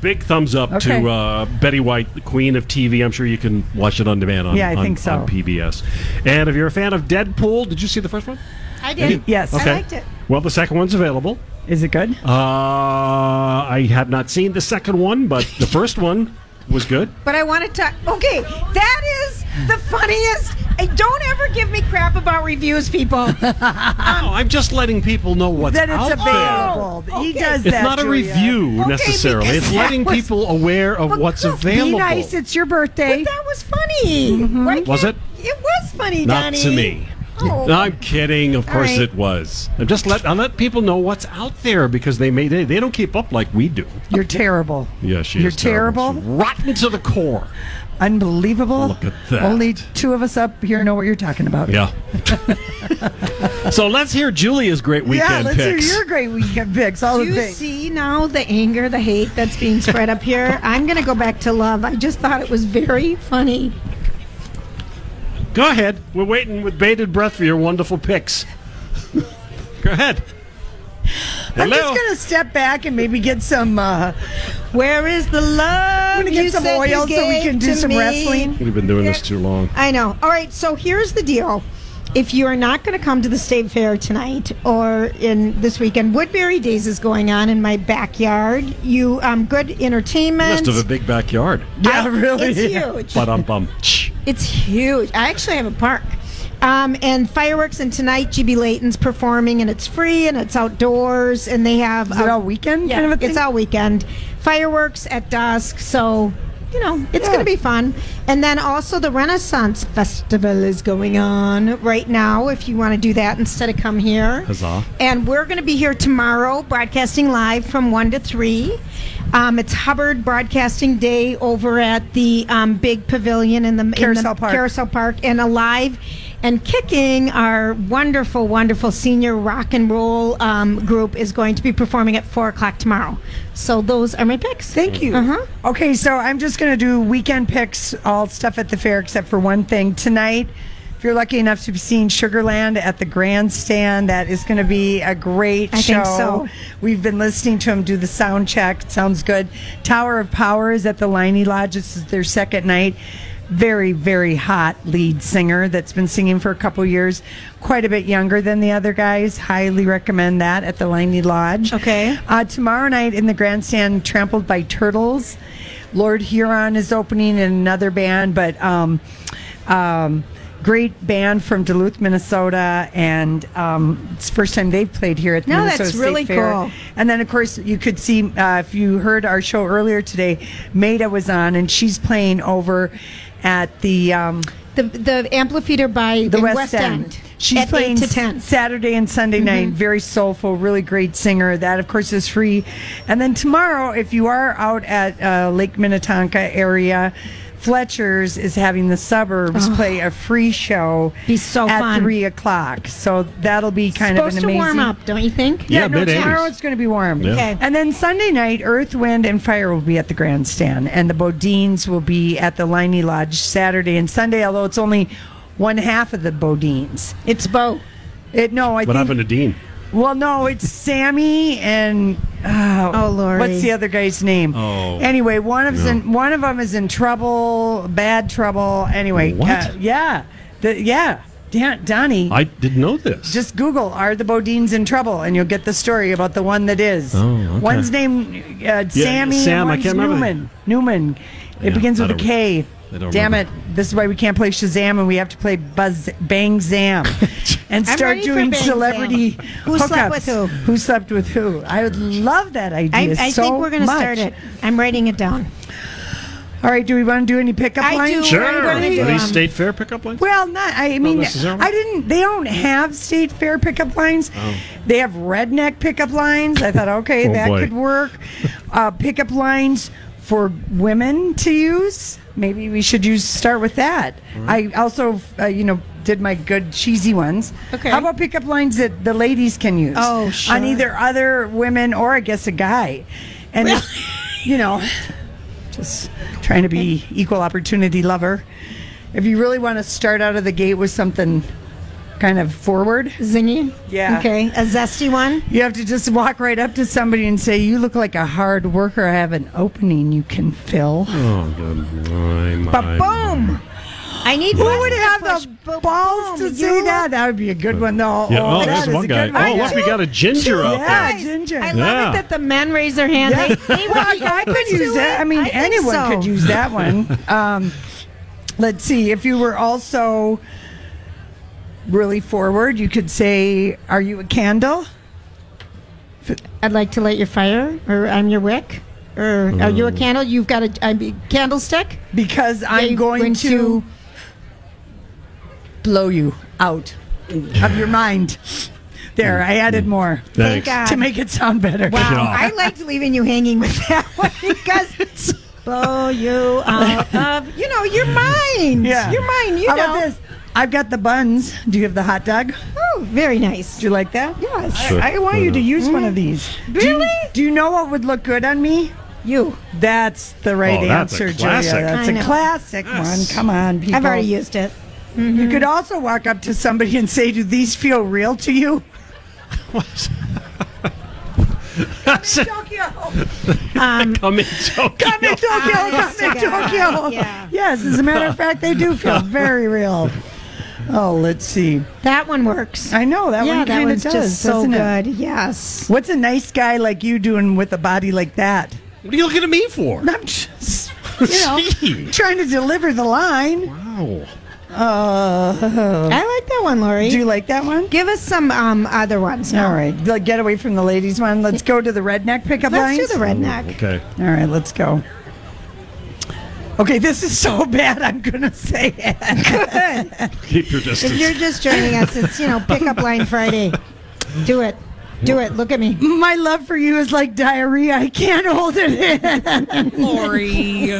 Speaker 1: Big thumbs up
Speaker 3: Okay.
Speaker 1: to uh, Betty White, the queen of TV. I'm sure you can watch it on demand on,
Speaker 3: Yeah, I
Speaker 1: on-
Speaker 3: think so.
Speaker 1: on PBS. And if you're a fan of Deadpool, did you see the first one?
Speaker 2: I did.
Speaker 3: Yes.
Speaker 2: I
Speaker 1: Okay.
Speaker 2: liked it.
Speaker 1: Well, the second one's available.
Speaker 3: Is it good?
Speaker 1: Uh, I have not seen the second one, but the first one was good.
Speaker 2: But I want to talk. Okay, that is the funniest. I don't ever give me crap about reviews, people.
Speaker 1: Oh, I'm just letting people know what's
Speaker 3: Then Um, it's
Speaker 1: out there.
Speaker 3: available.
Speaker 2: Oh,
Speaker 3: He
Speaker 2: okay.
Speaker 3: does
Speaker 1: It's
Speaker 3: that.
Speaker 1: not a
Speaker 3: Julia.
Speaker 1: review
Speaker 2: Okay,
Speaker 1: necessarily.
Speaker 2: because
Speaker 1: It's
Speaker 2: that
Speaker 1: letting
Speaker 2: was-
Speaker 1: people aware of
Speaker 2: Well,
Speaker 1: what's
Speaker 2: cool. Be
Speaker 1: available.
Speaker 3: Be nice. It's your
Speaker 2: but
Speaker 3: birthday.
Speaker 2: that was funny.
Speaker 3: Mm-hmm.
Speaker 2: Why
Speaker 1: Was
Speaker 2: can't-
Speaker 1: it?
Speaker 2: It was funny,
Speaker 1: Not
Speaker 2: Donnie.
Speaker 1: to me.
Speaker 2: Oh.
Speaker 1: No, I'm kidding. Of course
Speaker 2: right.
Speaker 1: it was. I'm just let I let people know what's out there because they may they, they don't keep up like we do.
Speaker 3: You're terrible.
Speaker 1: Yeah, she
Speaker 3: You're
Speaker 1: is terrible.
Speaker 3: terrible.
Speaker 1: She's rotten to the core.
Speaker 3: Unbelievable.
Speaker 1: Look at that.
Speaker 3: Only two of us up here know what you're talking about.
Speaker 1: Yeah. so let's hear Julia's great weekend
Speaker 3: yeah, let's
Speaker 1: picks.
Speaker 3: hear your great weekend picks. All
Speaker 2: Do
Speaker 3: the
Speaker 2: you
Speaker 3: things.
Speaker 2: see now the anger, the hate that's being spread up here? I'm going to go back to love. I just thought it was very funny.
Speaker 1: Go ahead. We're waiting with bated breath for your wonderful picks. Go ahead.
Speaker 3: I'm
Speaker 1: Hello.
Speaker 3: just gonna step back and maybe get some. Uh,
Speaker 2: Where is the love?
Speaker 3: I'm gonna get
Speaker 2: you
Speaker 3: some
Speaker 2: said you
Speaker 3: oil so we
Speaker 2: gave
Speaker 3: can do
Speaker 2: to
Speaker 3: some
Speaker 2: me?
Speaker 3: wrestling.
Speaker 1: We've been doing this too long.
Speaker 2: I know. All right, so here's the deal. If you are not going to come to the state fair tonight or in this weekend, Woodbury Days is going on in my backyard. You um, good
Speaker 1: Must
Speaker 2: entertainment.
Speaker 1: have a big backyard.
Speaker 3: Yeah, really.
Speaker 2: It's huge.
Speaker 1: But um bum.
Speaker 2: It's huge. I actually have a park. Um, and fireworks, and tonight GB Layton's performing, and it's free and it's outdoors, and they have
Speaker 3: Is it all weekend
Speaker 2: Yeah,
Speaker 3: kind of a thing?
Speaker 2: it's all weekend. Fireworks at dusk, so you know, it's going to be fun. And then also the Renaissance Festival is going on right now. If you want to do that instead of come here,
Speaker 1: Huzzah.
Speaker 2: And we're going to be here tomorrow, broadcasting live from 1 to 3. Um, it's Hubbard Broadcasting Day over at the um, big pavilion in the, in the
Speaker 3: Carousel Park.
Speaker 2: Carousel Park. And Alive and Kicking, our wonderful, wonderful senior rock and roll um, group, is going to be performing at 4 o'clock tomorrow. So those are my picks.
Speaker 3: Thank you.
Speaker 2: Uh-huh.
Speaker 3: Okay, so I'm just going to do weekend picks, all stuff at the fair except for one thing. Tonight, if you're lucky enough to be seeing Sugarland at the grandstand, that is going to be a great
Speaker 2: I
Speaker 3: show.
Speaker 2: think so.
Speaker 3: We've been listening to him do the sound check. It sounds good. Tower of Power is at the Liney Lodge. This is their second night. Very, very hot lead singer that's been singing for a couple years. Quite a bit younger than the other guys. Highly recommend that at the Liney Lodge.
Speaker 2: Okay.
Speaker 3: Uh, tomorrow night in the grandstand, Trampled by Turtles. Lord Huron is opening in another band, but um, um, great band from Duluth, Minnesota, and um, it's the first time they've played here at the
Speaker 2: No, that's
Speaker 3: Minnesota State
Speaker 2: really
Speaker 3: Fair.
Speaker 2: cool.
Speaker 3: And then, of course, you could see uh, if you heard our show earlier today, Maida was on, and she's playing over at the. Um,
Speaker 2: The, the amplifier by
Speaker 3: the
Speaker 2: in
Speaker 3: West, End. She's
Speaker 2: at 8
Speaker 3: playing
Speaker 2: to Mm-hmm. 10.
Speaker 3: Saturday and Sunday night. Very soulful, really great singer. That, of course, is free. And then tomorrow, if you are out at uh, Lake Minnetonka area, Fletcher's is having the suburbs play a free show
Speaker 2: Be so
Speaker 3: at
Speaker 2: fun.
Speaker 3: three o'clock. So that'll be kind
Speaker 2: Supposed
Speaker 3: of an amazing.
Speaker 2: to warm up, don't you think?
Speaker 3: Yeah,
Speaker 1: Yeah,
Speaker 3: no,
Speaker 1: mid-eighties.
Speaker 3: tomorrow it's going to be warm.
Speaker 1: Yeah.
Speaker 2: Okay.
Speaker 3: And then Sunday night, Earth, Wind, and Fire will be at the grandstand, and the Bodines will be at the Liney Lodge Saturday and Sunday. Although it's only one half of the Bodines.
Speaker 2: It's Bo.
Speaker 3: It no, I
Speaker 1: What
Speaker 3: think.
Speaker 1: happened to Dean?
Speaker 3: Well, no, it's Sammy and uh,
Speaker 2: Oh, Lori.
Speaker 3: What's the other guy's name?
Speaker 1: Oh.
Speaker 3: anyway, one of in, one of them is in trouble, bad trouble. Anyway,
Speaker 1: What?
Speaker 3: uh, yeah, the, yeah, Don, Donnie.
Speaker 1: I didn't know this.
Speaker 3: Just Google "Are the Bodines in trouble?" and you'll get the story about the one that is.
Speaker 1: Oh, okay.
Speaker 3: One's name uh, Sammy. and
Speaker 1: Sam, I
Speaker 3: one's
Speaker 1: can't remember the-
Speaker 3: Newman. Newman. It
Speaker 1: Yeah,
Speaker 3: begins
Speaker 1: I
Speaker 3: with a
Speaker 1: don't-
Speaker 3: K.
Speaker 1: I don't
Speaker 3: Damn
Speaker 1: remember.
Speaker 3: it! This is why we can't play Shazam and we have to play Buzz Bang Zam and
Speaker 2: I'm
Speaker 3: start
Speaker 2: ready for
Speaker 3: doing
Speaker 2: Bang
Speaker 3: celebrity
Speaker 2: Zam. Who slept with
Speaker 3: hookups.
Speaker 2: who?
Speaker 3: Who slept with who? I would love that idea
Speaker 2: I, I
Speaker 3: so
Speaker 2: think we're going to
Speaker 3: much.
Speaker 2: start it. I'm writing it down.
Speaker 3: All right. Do we want to do any pickup
Speaker 2: I
Speaker 3: lines?
Speaker 2: do.
Speaker 1: sure.
Speaker 2: I'm gonna do,
Speaker 1: Are these
Speaker 2: um,
Speaker 1: state fair pickup lines?
Speaker 3: Well, not. I mean,
Speaker 1: necessarily.
Speaker 3: I didn't. They don't have state fair pickup lines. They have redneck pickup lines. I thought, okay,
Speaker 1: Oh,
Speaker 3: that
Speaker 1: boy.
Speaker 3: could work. Uh, pickup lines for women to use. Maybe we should use start with that. I also, uh, you know, did my good cheesy ones.
Speaker 2: Okay.
Speaker 3: How about pickup lines that the ladies can use?
Speaker 2: Oh, sure.
Speaker 3: On either other women or I guess a guy, and you know just trying to be equal opportunity lover. If you really want to start out of the gate with something kind of forward,
Speaker 2: Zingy?
Speaker 3: Yeah.
Speaker 2: Okay. A zesty one?
Speaker 3: you have to just walk right up to somebody and say, "You look like a hard worker. I have an opening you can fill."
Speaker 1: oh, good. My, my,
Speaker 3: But boom!
Speaker 2: I need
Speaker 3: Who
Speaker 2: buttons
Speaker 3: would
Speaker 2: to
Speaker 3: have
Speaker 2: push.
Speaker 3: the balls to
Speaker 2: boom,
Speaker 3: say
Speaker 2: you-
Speaker 3: that? That would be a good one, though.
Speaker 1: Yeah, oh,
Speaker 3: that
Speaker 1: there's
Speaker 3: is
Speaker 1: one
Speaker 3: a
Speaker 1: guy.
Speaker 3: good one.
Speaker 1: Oh, look, we got a ginger out
Speaker 3: Yeah,
Speaker 1: there.
Speaker 2: Guys,
Speaker 3: ginger.
Speaker 2: I love
Speaker 1: Yeah.
Speaker 2: it that the men raise their hand.
Speaker 3: Yeah.
Speaker 2: They, they would
Speaker 3: I,
Speaker 2: be
Speaker 3: I
Speaker 2: open
Speaker 3: could
Speaker 2: to
Speaker 3: use that.
Speaker 2: it.
Speaker 3: I mean,
Speaker 2: think
Speaker 3: anyone
Speaker 2: so.
Speaker 3: could use that one. Um, let's see. If you were also really forward, you could say, "Are you a candle?"
Speaker 2: I'd like to light your fire, or I'm your wick, or are you a candle? You've got a, I'm a candlestick.
Speaker 3: Because
Speaker 2: They
Speaker 3: I'm going
Speaker 2: went
Speaker 3: to blow you out of your mind. There, I added more
Speaker 1: Thanks.
Speaker 2: God.
Speaker 3: to make it sound better.
Speaker 2: Wow, I liked leaving you hanging with that one because it's blow you out of you know your mind.
Speaker 3: Yeah.
Speaker 2: your mind. You
Speaker 3: How
Speaker 2: know.
Speaker 3: about this? I've got the buns. Do you have the hot dog?
Speaker 2: Oh, very nice.
Speaker 3: Do you like that?
Speaker 2: Yes. Mm.
Speaker 1: Sure.
Speaker 3: I, I want you to use one of these. Do you-
Speaker 2: Really?
Speaker 3: Do you, know what would look good on me?
Speaker 2: You.
Speaker 3: That's the right
Speaker 1: Oh, that's a
Speaker 3: answer,
Speaker 1: classic.
Speaker 3: Julia. That's
Speaker 2: I
Speaker 3: a
Speaker 2: know.
Speaker 3: classic one. Come on, people.
Speaker 2: I've already used it.
Speaker 3: You could also walk up to somebody and say, "Do these feel real to you?" Tokyo,
Speaker 1: Come in, Tokyo.
Speaker 3: come in Tokyo,
Speaker 2: Honest
Speaker 3: come in
Speaker 2: to God.
Speaker 3: Tokyo.
Speaker 2: Yeah.
Speaker 3: Yes, as a matter of fact, they do feel very real. Oh, let's see.
Speaker 2: That one works.
Speaker 3: I know that
Speaker 2: yeah,
Speaker 3: one
Speaker 2: that
Speaker 3: kind of
Speaker 2: one's
Speaker 3: does.
Speaker 2: just so
Speaker 3: doesn't it?
Speaker 2: good. Yes.
Speaker 3: What's a nice guy like you doing with a body like that?
Speaker 1: What are you looking at me for?
Speaker 3: I'm just, you know, trying to deliver the line.
Speaker 1: Wow.
Speaker 3: Uh,
Speaker 2: I like that one, Lori.
Speaker 3: do you like that one?
Speaker 2: Give us some um, other ones. now.
Speaker 3: All right, the- get away from the ladies one. Let's go to the redneck pickup
Speaker 2: Let's
Speaker 3: lines.
Speaker 2: do the redneck.
Speaker 1: Okay.
Speaker 3: All right, let's go. Okay, this is so bad. I'm gonna say it.
Speaker 1: Keep your
Speaker 2: If you're
Speaker 1: distance.
Speaker 2: just joining us, it's you know pickup line Friday. Do it, do it. Look at me.
Speaker 3: My love for you is like diarrhea. I can't hold it in.
Speaker 6: Lori.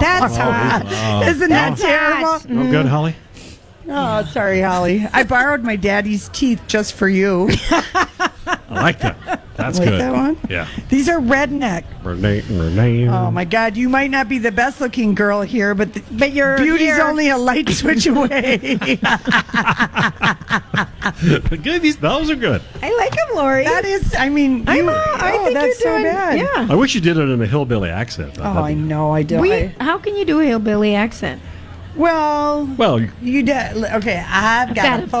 Speaker 2: That's hot.
Speaker 3: Oh, Isn't that
Speaker 2: That's hot.
Speaker 3: terrible?
Speaker 1: No good, Holly.
Speaker 3: Oh, sorry, Holly. I borrowed my daddy's teeth just for you.
Speaker 1: I like that. That's
Speaker 3: Like
Speaker 1: good.
Speaker 3: that one?
Speaker 1: Yeah.
Speaker 3: These are redneck.
Speaker 1: Renee, Renee.
Speaker 3: Oh my God! You might not be the best-looking girl here, but the,
Speaker 2: But your
Speaker 3: beauty's
Speaker 2: your-
Speaker 3: only a light switch away.
Speaker 1: Good, these- those are good.
Speaker 2: I like him, Lori.
Speaker 3: that is, I mean,
Speaker 2: I'm
Speaker 3: you-
Speaker 2: all- I
Speaker 3: oh,
Speaker 2: think
Speaker 3: that's
Speaker 2: you're doing.
Speaker 3: so bad.
Speaker 2: Yeah.
Speaker 1: I wish you did it in a hillbilly accent. though.
Speaker 3: Oh, I know. I do.
Speaker 8: We,
Speaker 3: I-
Speaker 8: how can you do a hillbilly accent?
Speaker 3: well,
Speaker 1: Well, you-
Speaker 3: You do, okay? I've got,
Speaker 2: got
Speaker 3: a
Speaker 2: a
Speaker 3: four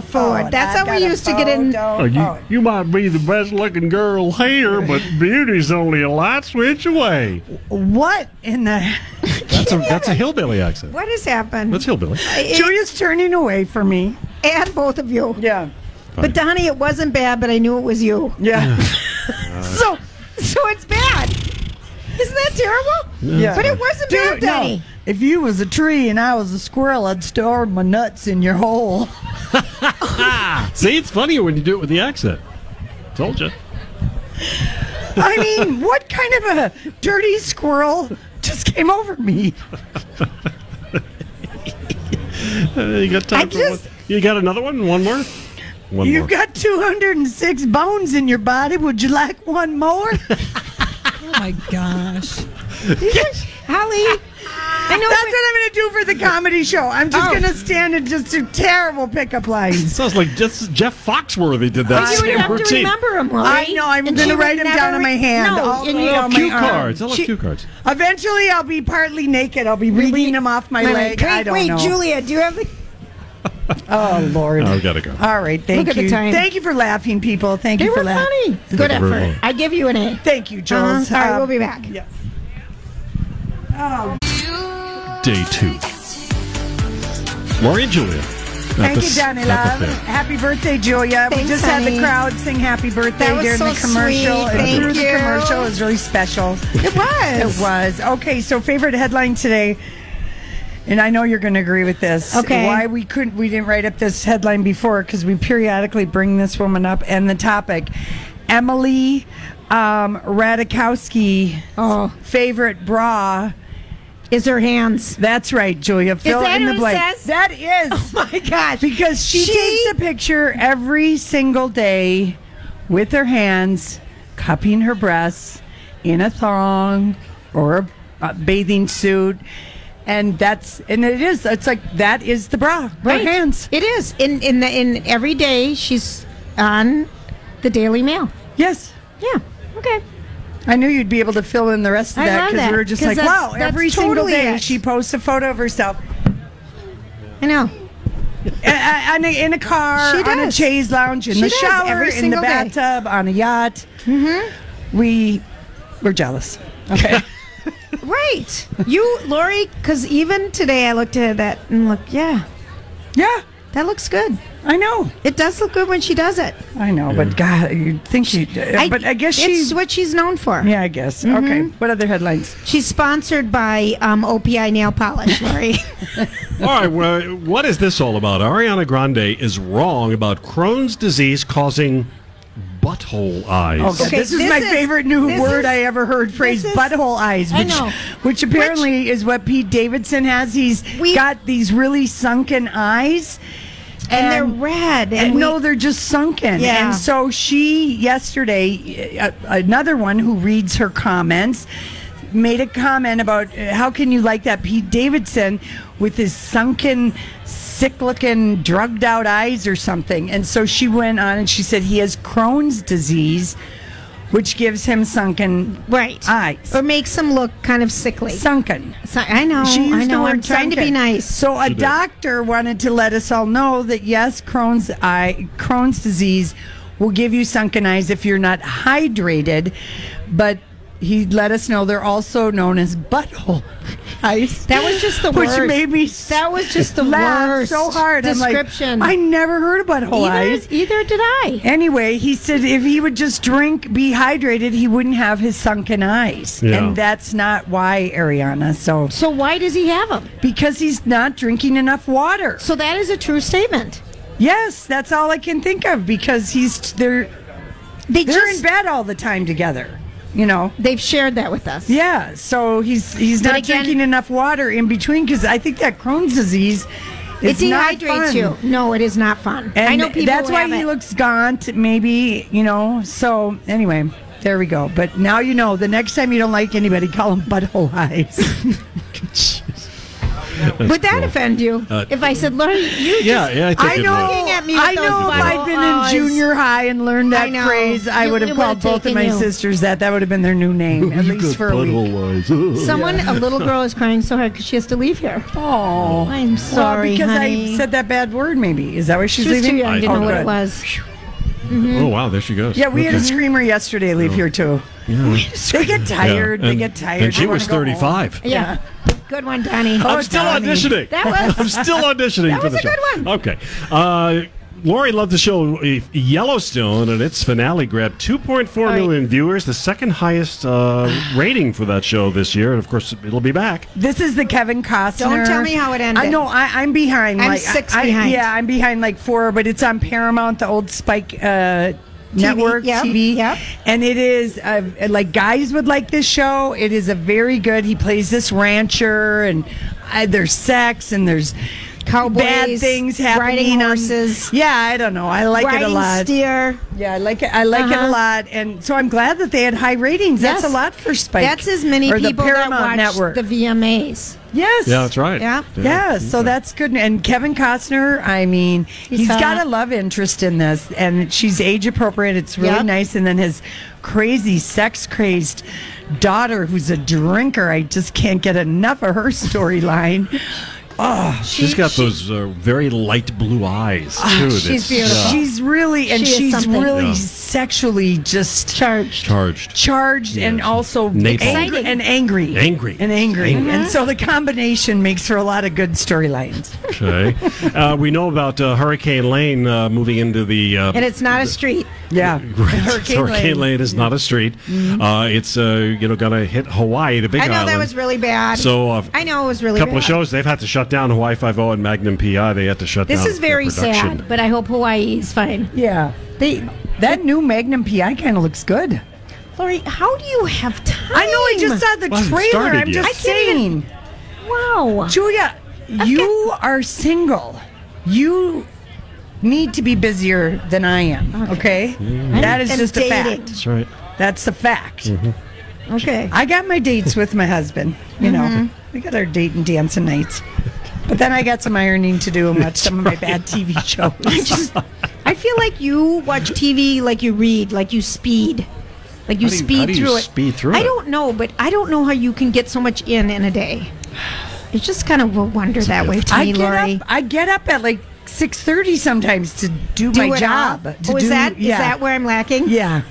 Speaker 2: four-door
Speaker 3: Ford.
Speaker 2: Ford. That's
Speaker 3: I've
Speaker 2: how we
Speaker 3: got a
Speaker 2: used to get in-
Speaker 3: four-door
Speaker 1: oh, you,
Speaker 3: Ford.
Speaker 1: you might be the best looking girl here, but beauty's only a light switch away.
Speaker 3: What in the?
Speaker 1: That's a that's a hillbilly accent.
Speaker 2: What has happened?
Speaker 1: That's hillbilly.
Speaker 3: Julia's turning away from me.
Speaker 2: and both of you.
Speaker 3: Yeah.
Speaker 2: But Donnie, it wasn't bad, but I knew it was you.
Speaker 3: Yeah.
Speaker 2: So, so it's bad. Isn't that terrible?
Speaker 3: Yeah.
Speaker 2: But it wasn't bad,
Speaker 3: Dude,
Speaker 2: Donnie.
Speaker 3: no. If you was a tree and I was a squirrel, I'd store my nuts in your hole.
Speaker 1: See, it's funnier when you do it with the accent. Told you.
Speaker 3: I mean, what kind of a dirty squirrel just came over me?
Speaker 1: Uh, you got time
Speaker 3: I
Speaker 1: for
Speaker 3: just-
Speaker 1: one- You got another one? One more? One
Speaker 3: You've
Speaker 1: more.
Speaker 3: got 206 bones in your body. Would you like one more?
Speaker 6: Oh my gosh.
Speaker 2: Holly, I know.
Speaker 3: That's what I'm going to do for the comedy show. I'm just
Speaker 2: Oh.
Speaker 3: going to stand and just do terrible pickup lines.
Speaker 1: Sounds like just Jeff Foxworthy did that
Speaker 2: you would
Speaker 1: same
Speaker 2: have to
Speaker 1: routine.
Speaker 2: remember him, Lori.
Speaker 3: I know. I'm
Speaker 2: And
Speaker 3: going
Speaker 2: she
Speaker 3: to
Speaker 2: would
Speaker 3: write them
Speaker 2: never
Speaker 3: down on my
Speaker 2: re-
Speaker 3: hand.
Speaker 2: No,
Speaker 3: all
Speaker 2: and
Speaker 3: the
Speaker 2: you-
Speaker 3: way down
Speaker 1: Cue
Speaker 3: my arm.
Speaker 1: cards. I love
Speaker 2: She-
Speaker 1: cue cards.
Speaker 3: Eventually, I'll be partly naked. I'll be reading them off my,
Speaker 2: My
Speaker 3: leg.
Speaker 2: Wait,
Speaker 3: I don't
Speaker 2: wait,
Speaker 3: know.
Speaker 2: Julia, do you have the?
Speaker 3: Oh Lord.
Speaker 1: Oh, we gotta go.
Speaker 3: All right. Thank
Speaker 2: Look at the
Speaker 3: you.
Speaker 2: time.
Speaker 3: Thank you for laughing, people. Thank
Speaker 2: They
Speaker 3: you for
Speaker 2: were
Speaker 3: laughing.
Speaker 2: funny. Good
Speaker 1: They were
Speaker 2: effort.
Speaker 1: funny.
Speaker 2: I give you an A.
Speaker 3: Thank you, Jules.
Speaker 2: Uh-huh. All right,
Speaker 3: Um,
Speaker 2: we'll be back.
Speaker 3: Yes.
Speaker 1: Day two. Lori and Julia.
Speaker 3: Thank you, Donnie Love. Happy birthday, Julia. we
Speaker 2: Thanks,
Speaker 3: just had the
Speaker 2: honey.
Speaker 3: crowd sing happy birthday
Speaker 2: That was
Speaker 3: during
Speaker 2: so
Speaker 3: the commercial.
Speaker 2: sweet.
Speaker 3: And
Speaker 2: Thank
Speaker 3: through the
Speaker 2: you.
Speaker 3: commercial it was really special. It was. It was. Okay, so favorite headline today. And I know you're going to agree with this.
Speaker 2: Okay.
Speaker 3: Why we couldn't, we didn't write up this headline before because we periodically bring this woman up and the topic. Emily um, Radikowski,
Speaker 2: Oh.
Speaker 3: favorite bra.
Speaker 2: Is her hands?
Speaker 3: That's right, Julia. Fill
Speaker 2: that
Speaker 3: in
Speaker 2: what
Speaker 3: the
Speaker 2: it
Speaker 3: blank.
Speaker 2: says?
Speaker 3: That is.
Speaker 2: Oh my gosh!
Speaker 3: Because she, takes a picture every single day with her hands, cupping her breasts in a thong or a uh, bathing suit. And that's, and it is, it's like, that is the bra, right. her hands.
Speaker 2: It is in in the in every day. She's on the Daily Mail.
Speaker 3: Yes.
Speaker 2: Yeah. Okay.
Speaker 3: I knew you'd be able to fill in the rest of
Speaker 2: I
Speaker 3: that
Speaker 2: love
Speaker 3: because
Speaker 2: that,
Speaker 3: we were just
Speaker 2: 'cause
Speaker 3: like,
Speaker 2: that's-
Speaker 3: wow,
Speaker 2: that's
Speaker 3: every single
Speaker 2: totally
Speaker 3: day
Speaker 2: it.
Speaker 3: she posts a photo of herself
Speaker 2: I know.
Speaker 3: A- a- on a- in a car,
Speaker 2: She
Speaker 3: on a
Speaker 2: does.
Speaker 3: chaise lounge, in
Speaker 2: She
Speaker 3: the
Speaker 2: does,
Speaker 3: shower,
Speaker 2: every
Speaker 3: in the
Speaker 2: single day.
Speaker 3: bathtub, on a yacht. Mm-hmm. We we're jealous. Okay.
Speaker 2: Right. You, Lori, because even today I looked at that and look, yeah,
Speaker 3: yeah,
Speaker 2: that looks good.
Speaker 3: I know.
Speaker 2: It does look good when she does it.
Speaker 3: I know. But God, you think she? uh, but I guess
Speaker 2: it's
Speaker 3: she's.
Speaker 2: what Mm-hmm. she's known for.
Speaker 3: yeah, I guess. Okay. What other headlines?
Speaker 2: She's sponsored by um, OPI nail polish, Lori.
Speaker 1: All right, well, what is this all about? Ariana Grande is wrong about Crohn's disease causing butthole eyes.
Speaker 3: Okay,
Speaker 2: Okay,
Speaker 3: this is
Speaker 2: this
Speaker 3: my
Speaker 2: is-
Speaker 3: favorite new
Speaker 2: this
Speaker 3: word
Speaker 2: is-
Speaker 3: I ever heard phrase
Speaker 2: this is-
Speaker 3: butthole eyes,
Speaker 2: I
Speaker 3: which,
Speaker 2: know.
Speaker 3: which apparently is what Pete Davidson has. He's
Speaker 2: We-
Speaker 3: got these really sunken eyes.
Speaker 2: and they're red. And,
Speaker 3: And
Speaker 2: we-
Speaker 3: no, they're just sunken.
Speaker 2: Yeah.
Speaker 3: And so she yesterday, uh, another one who reads her comments, made a comment about uh, how can you like that Pete Davidson with his sunken, sick-looking, drugged-out eyes or something. And so she went on and she said he has Crohn's disease, which gives him sunken
Speaker 2: right
Speaker 3: eyes.
Speaker 2: or makes them look kind of sickly.
Speaker 3: sunken.
Speaker 2: So- I know.
Speaker 3: She used
Speaker 2: I know.
Speaker 3: the word
Speaker 2: I'm trying to be
Speaker 3: sunken.
Speaker 2: nice.
Speaker 3: So a doctor wanted to let us all know that yes, Crohn's eye, Crohn's disease will give you sunken eyes if you're not hydrated, but he let us know they're also known as butthole ice.
Speaker 2: That was just the
Speaker 3: which
Speaker 2: worst.
Speaker 3: made me
Speaker 2: That was just the
Speaker 3: laugh
Speaker 2: worst
Speaker 3: so hard. I'm like,
Speaker 2: description.
Speaker 3: i never heard of butthole
Speaker 2: Either-
Speaker 3: ice.
Speaker 2: Either did I.
Speaker 3: Anyway, he said if he would just drink, be hydrated, he wouldn't have his sunken eyes,
Speaker 2: Yeah.
Speaker 3: and that's not why Ariana. So
Speaker 2: so why does he have them?
Speaker 3: Because he's not drinking enough water.
Speaker 2: So that is a true statement.
Speaker 3: Yes, that's all I can think of because he's they're
Speaker 2: they
Speaker 3: they're in bed all the time together. You know,
Speaker 2: they've shared that with us.
Speaker 3: Yeah, so he's he's
Speaker 2: But
Speaker 3: not
Speaker 2: again-
Speaker 3: drinking enough water in between because I think that Crohn's disease.
Speaker 2: It
Speaker 3: It's not
Speaker 2: dehydrates
Speaker 3: fun.
Speaker 2: you. No, it is not fun.
Speaker 3: And
Speaker 2: I know people
Speaker 3: That's
Speaker 2: who
Speaker 3: why
Speaker 2: have
Speaker 3: he
Speaker 2: it.
Speaker 3: looks gaunt, maybe, you know. So, anyway, there we go. But now you know the next time you don't like anybody, call him Butthole Eyes.
Speaker 2: Would that offend you
Speaker 1: Uh,
Speaker 2: if I said, Lori, you
Speaker 1: yeah,
Speaker 2: just,
Speaker 1: yeah, I think it
Speaker 2: know,
Speaker 1: would.
Speaker 2: looking at me with
Speaker 3: I
Speaker 2: those
Speaker 3: know if I'd been
Speaker 2: butthole eyes.
Speaker 3: in junior high and learned
Speaker 2: I
Speaker 3: that
Speaker 2: know.
Speaker 3: phrase, I
Speaker 2: You-
Speaker 3: would
Speaker 2: it
Speaker 3: have
Speaker 2: would
Speaker 3: called
Speaker 2: have
Speaker 3: both of
Speaker 2: taken
Speaker 3: my
Speaker 2: you.
Speaker 3: sisters that. That would have been their new name, at least for a week.
Speaker 1: Oh,
Speaker 2: Someone, a little girl, is crying so hard because she has to leave here.
Speaker 3: Oh,
Speaker 2: I'm sorry,
Speaker 3: because
Speaker 2: honey.
Speaker 3: I said that bad word. Maybe is that why she's
Speaker 2: She was
Speaker 3: leaving?
Speaker 2: too young to
Speaker 1: know what it
Speaker 3: good.
Speaker 2: was.
Speaker 1: Oh wow, there she goes.
Speaker 3: Yeah, we had a
Speaker 1: Okay.
Speaker 3: screamer yesterday leave here too.
Speaker 1: Yeah.
Speaker 3: They get tired.
Speaker 1: Yeah,
Speaker 3: They
Speaker 1: and-
Speaker 3: get tired.
Speaker 1: and
Speaker 3: They
Speaker 1: she
Speaker 3: wanna
Speaker 1: was
Speaker 3: go home. oh,
Speaker 1: 35.
Speaker 2: Yeah. Good one, Donnie.
Speaker 1: I'm still auditioning.
Speaker 2: That was,
Speaker 1: I'm still auditioning
Speaker 2: That
Speaker 1: for the
Speaker 2: was a
Speaker 1: show.
Speaker 2: good one.
Speaker 1: Okay. Uh, Lori loved the show uh, Yellowstone, and its finale grabbed 2.4 million viewers, the second highest uh, rating for that show this year. And of course, it'll be back.
Speaker 3: This is the Kevin Costner.
Speaker 2: Don't tell me how it ended.
Speaker 3: I know I, I'm behind.
Speaker 2: I'm
Speaker 3: like,
Speaker 2: six
Speaker 3: I- I-
Speaker 2: behind.
Speaker 3: yeah, I'm behind like four, but it's on Paramount, the old Spike uh, network
Speaker 2: yep,
Speaker 3: TV.
Speaker 2: yep.
Speaker 3: And it is uh, like guys would like this show. It is a very good. He plays this rancher, and uh, there's sex, and there's
Speaker 2: Cowboys,
Speaker 3: bad things
Speaker 2: riding
Speaker 3: happening. on-
Speaker 2: horses.
Speaker 3: yeah, I don't know. I like it a
Speaker 2: Riding
Speaker 3: lot.
Speaker 2: steer.
Speaker 3: Yeah, I like it. I like it
Speaker 2: Uh-huh.
Speaker 3: a lot, and so I'm glad that they had high ratings.
Speaker 2: Yes.
Speaker 3: That's a lot for Spike.
Speaker 2: That's as many
Speaker 3: or
Speaker 2: people
Speaker 3: the
Speaker 2: that
Speaker 3: Paramount
Speaker 2: watch
Speaker 3: Network.
Speaker 2: the VMAs.
Speaker 3: Yes.
Speaker 1: Yeah, that's right.
Speaker 2: Yeah.
Speaker 3: Yeah. So that's good. And Kevin Costner, I mean, he's
Speaker 2: hot.
Speaker 3: got a love interest in this, and she's age appropriate. It's really
Speaker 2: Yep.
Speaker 3: nice. And then his crazy, sex crazed daughter, who's a drinker, I just can't get enough of her storyline. Oh,
Speaker 1: she's got those uh, very light blue eyes, too. that's- uh, yeah.
Speaker 3: Ah, She's really, and
Speaker 2: She is
Speaker 3: she's
Speaker 2: something.
Speaker 3: really
Speaker 1: Yeah.
Speaker 3: sexually just
Speaker 2: charged.
Speaker 1: charged.
Speaker 3: charged and
Speaker 1: Yes.
Speaker 3: also
Speaker 1: Napalm.
Speaker 3: angry and angry
Speaker 1: Angry.
Speaker 3: and angry
Speaker 2: Mm-hmm.
Speaker 1: Angry.
Speaker 3: and so the combination makes for a lot of good storylines
Speaker 1: Okay. uh, we know about uh, Hurricane Lane uh, moving into the uh,
Speaker 2: And it's not a street.
Speaker 3: yeah
Speaker 1: Right. Hurricane, Lane. is not a street. Uh, it's uh, you know going to hit Hawaii, the Big
Speaker 2: Mm-hmm. I know
Speaker 1: Island.
Speaker 2: that was really bad.
Speaker 1: So uh,
Speaker 2: I know it was really
Speaker 1: a couple
Speaker 2: bad.
Speaker 1: of shows they've had to shut down Hawaii Five O and Magnum PI. They had to shut
Speaker 2: This
Speaker 1: down.
Speaker 2: is very
Speaker 1: their production.
Speaker 2: sad, but I hope Hawaii is fine.
Speaker 3: yeah
Speaker 2: They,
Speaker 3: that new magnum pi kind of looks good
Speaker 2: Lori, how do you have time?
Speaker 3: i know i just saw the
Speaker 1: Well, it hasn't
Speaker 3: trailer
Speaker 1: started
Speaker 3: i'm
Speaker 1: yet.
Speaker 3: just
Speaker 1: I
Speaker 2: can't
Speaker 3: saying
Speaker 2: even- Wow.
Speaker 3: julia you are single you need to be busier than i am okay, that is
Speaker 2: Mm-hmm. And
Speaker 3: just a
Speaker 2: dating.
Speaker 3: fact
Speaker 1: That's right.
Speaker 3: that's a fact
Speaker 1: Mm-hmm.
Speaker 2: Okay.
Speaker 3: I got my dates with my husband. You know,
Speaker 2: Mm-hmm.
Speaker 3: we got our date and dancing nights. But then I got some ironing to do and watch some of my bad TV shows.
Speaker 2: Just- I feel like you watch TV like you read, like you speed. Like you
Speaker 1: How do you-
Speaker 2: speed
Speaker 1: how do you
Speaker 2: through it.
Speaker 1: speed through
Speaker 2: I
Speaker 1: it?
Speaker 2: don't know, but I don't know how you can get so much in in a day. It's just kind of a wonder that way to
Speaker 3: I
Speaker 2: me,
Speaker 3: get
Speaker 2: Lori.
Speaker 3: up. I get up at like six thirty sometimes to do,
Speaker 2: Do
Speaker 3: my
Speaker 2: it
Speaker 3: job.
Speaker 2: all.
Speaker 3: To
Speaker 2: oh, is
Speaker 3: do-
Speaker 2: that is
Speaker 3: yeah.
Speaker 2: that where I'm lacking?
Speaker 3: Yeah.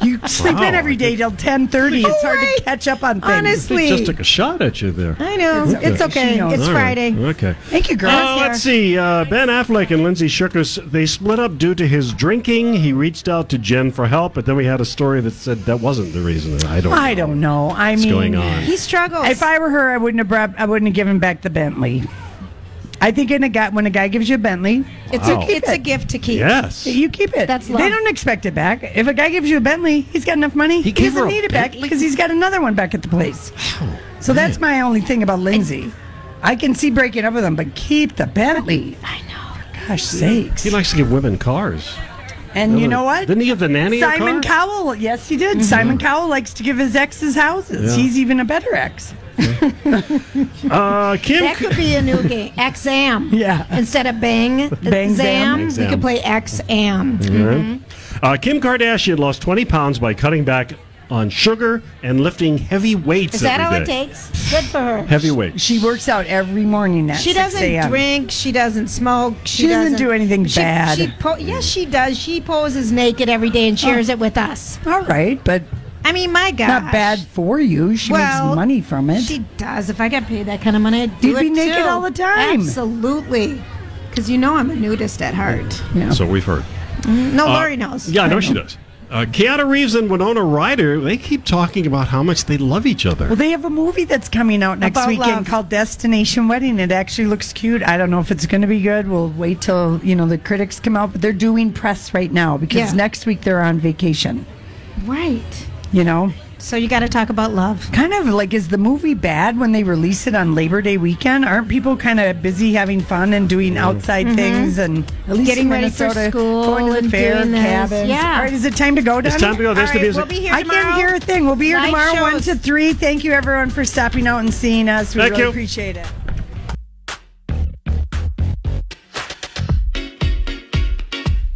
Speaker 3: You sleep
Speaker 1: Wow.
Speaker 3: in every day till ten thirty. It's hard
Speaker 2: right.
Speaker 3: to catch up on things.
Speaker 2: Honestly,
Speaker 1: They just took a shot at you there.
Speaker 2: I know
Speaker 1: Okay.
Speaker 2: it's okay.
Speaker 3: She knows.
Speaker 2: It's
Speaker 1: All right.
Speaker 2: Friday.
Speaker 1: Okay.
Speaker 3: Thank you, girl.
Speaker 1: Uh, let's see. Uh, ben Affleck and Lindsay Shookus, they split up due to his drinking. He reached out to Jen for help, but then we had a story that said that wasn't the reason. I don't
Speaker 3: I don't know. I
Speaker 1: what's
Speaker 3: mean
Speaker 1: going on.
Speaker 2: He struggles.
Speaker 3: If I were her, I wouldn't have brought, I wouldn't have given back the Bentley. I think in a guy, when a guy gives you a Bentley,
Speaker 2: it's
Speaker 1: Wow.
Speaker 2: a it's a gift to keep.
Speaker 1: Yes.
Speaker 3: You keep it.
Speaker 2: That's
Speaker 3: They
Speaker 2: love.
Speaker 3: don't expect it back. If a guy gives you a Bentley, he's got enough money. He,
Speaker 1: gave
Speaker 3: doesn't
Speaker 1: her a
Speaker 3: need it back
Speaker 1: Bentley? Oh,
Speaker 3: because he's got another one back at the place. so that's my only thing about Lindsay. I can see breaking up with him, but keep the Bentley. I know. Gosh sakes.
Speaker 1: He likes to give women cars.
Speaker 3: and you know what?
Speaker 1: Didn't he give the nanny a
Speaker 3: Simon
Speaker 1: car? Mm-hmm.
Speaker 3: Cowell. Yes, he did. Simon Cowell likes to give his exes houses.
Speaker 1: Yeah.
Speaker 3: He's even a better ex.
Speaker 1: uh, Kim
Speaker 2: That could be a new game. Exam.
Speaker 3: Yeah.
Speaker 2: Instead of bang,
Speaker 3: Bang, zam.
Speaker 2: zam, we
Speaker 1: Exam.
Speaker 2: could play exam.
Speaker 1: Uh, Kim Kardashian lost 20 pounds by cutting back on sugar and lifting heavy weights.
Speaker 2: Is that all
Speaker 1: every
Speaker 2: it
Speaker 1: day.
Speaker 2: takes? Good for her.
Speaker 1: Heavy weights.
Speaker 3: She works out every morning at
Speaker 2: She
Speaker 3: 6
Speaker 2: doesn't
Speaker 3: a.m..
Speaker 2: drink. She doesn't smoke. She,
Speaker 3: She doesn't do anything
Speaker 2: she,
Speaker 3: bad.
Speaker 2: She po- yes, she does. She poses naked every day and shares it with us.
Speaker 3: All right, but
Speaker 2: I mean, my gosh.
Speaker 3: Not bad for you. She
Speaker 2: Well,
Speaker 3: makes money from it.
Speaker 2: She does. If I got paid that kind of money, I'd do
Speaker 3: You'd be
Speaker 2: it
Speaker 3: naked
Speaker 2: too.
Speaker 3: all the time.
Speaker 2: Absolutely. Because you know I'm a nudist at heart.
Speaker 1: So we've heard.
Speaker 2: No,
Speaker 1: Uh,
Speaker 2: Lori knows.
Speaker 1: Yeah, I know she does. Uh, Keanu Reeves and Winona Ryder, they keep talking about how much they love each other.
Speaker 3: Well, they have a movie that's coming out next
Speaker 2: About
Speaker 3: weekend
Speaker 2: love.
Speaker 3: called Destination Wedding. It actually looks cute. I don't know if it's going to be good. We'll wait till you know the critics come out. But they're doing press right now because
Speaker 2: Yeah.
Speaker 3: next week they're on vacation.
Speaker 2: Right.
Speaker 3: You know,
Speaker 2: So you got to talk about love.
Speaker 3: kind of like is the movie bad when they release it on Labor Day weekend? Aren't people kind of busy having fun and
Speaker 1: Mm-hmm.
Speaker 3: doing outside things and Mm-hmm. at least
Speaker 2: Getting
Speaker 3: in
Speaker 2: ready for
Speaker 3: Minnesota,
Speaker 2: school
Speaker 3: going to the
Speaker 2: and
Speaker 3: fair,
Speaker 2: doing this.
Speaker 3: cabins?
Speaker 2: Yeah.
Speaker 3: All right, is it time to go?
Speaker 1: It's
Speaker 3: Donnie?
Speaker 1: time to go. There's
Speaker 2: All
Speaker 1: the
Speaker 2: right,
Speaker 1: music.
Speaker 2: we'll be here
Speaker 3: I can't
Speaker 2: tomorrow.
Speaker 3: hear a thing. We'll be here
Speaker 2: Live
Speaker 3: tomorrow, one
Speaker 2: shows.
Speaker 3: to three. Thank you, everyone, for stopping out and seeing us. We
Speaker 1: Thank
Speaker 3: really
Speaker 1: you.
Speaker 3: appreciate it.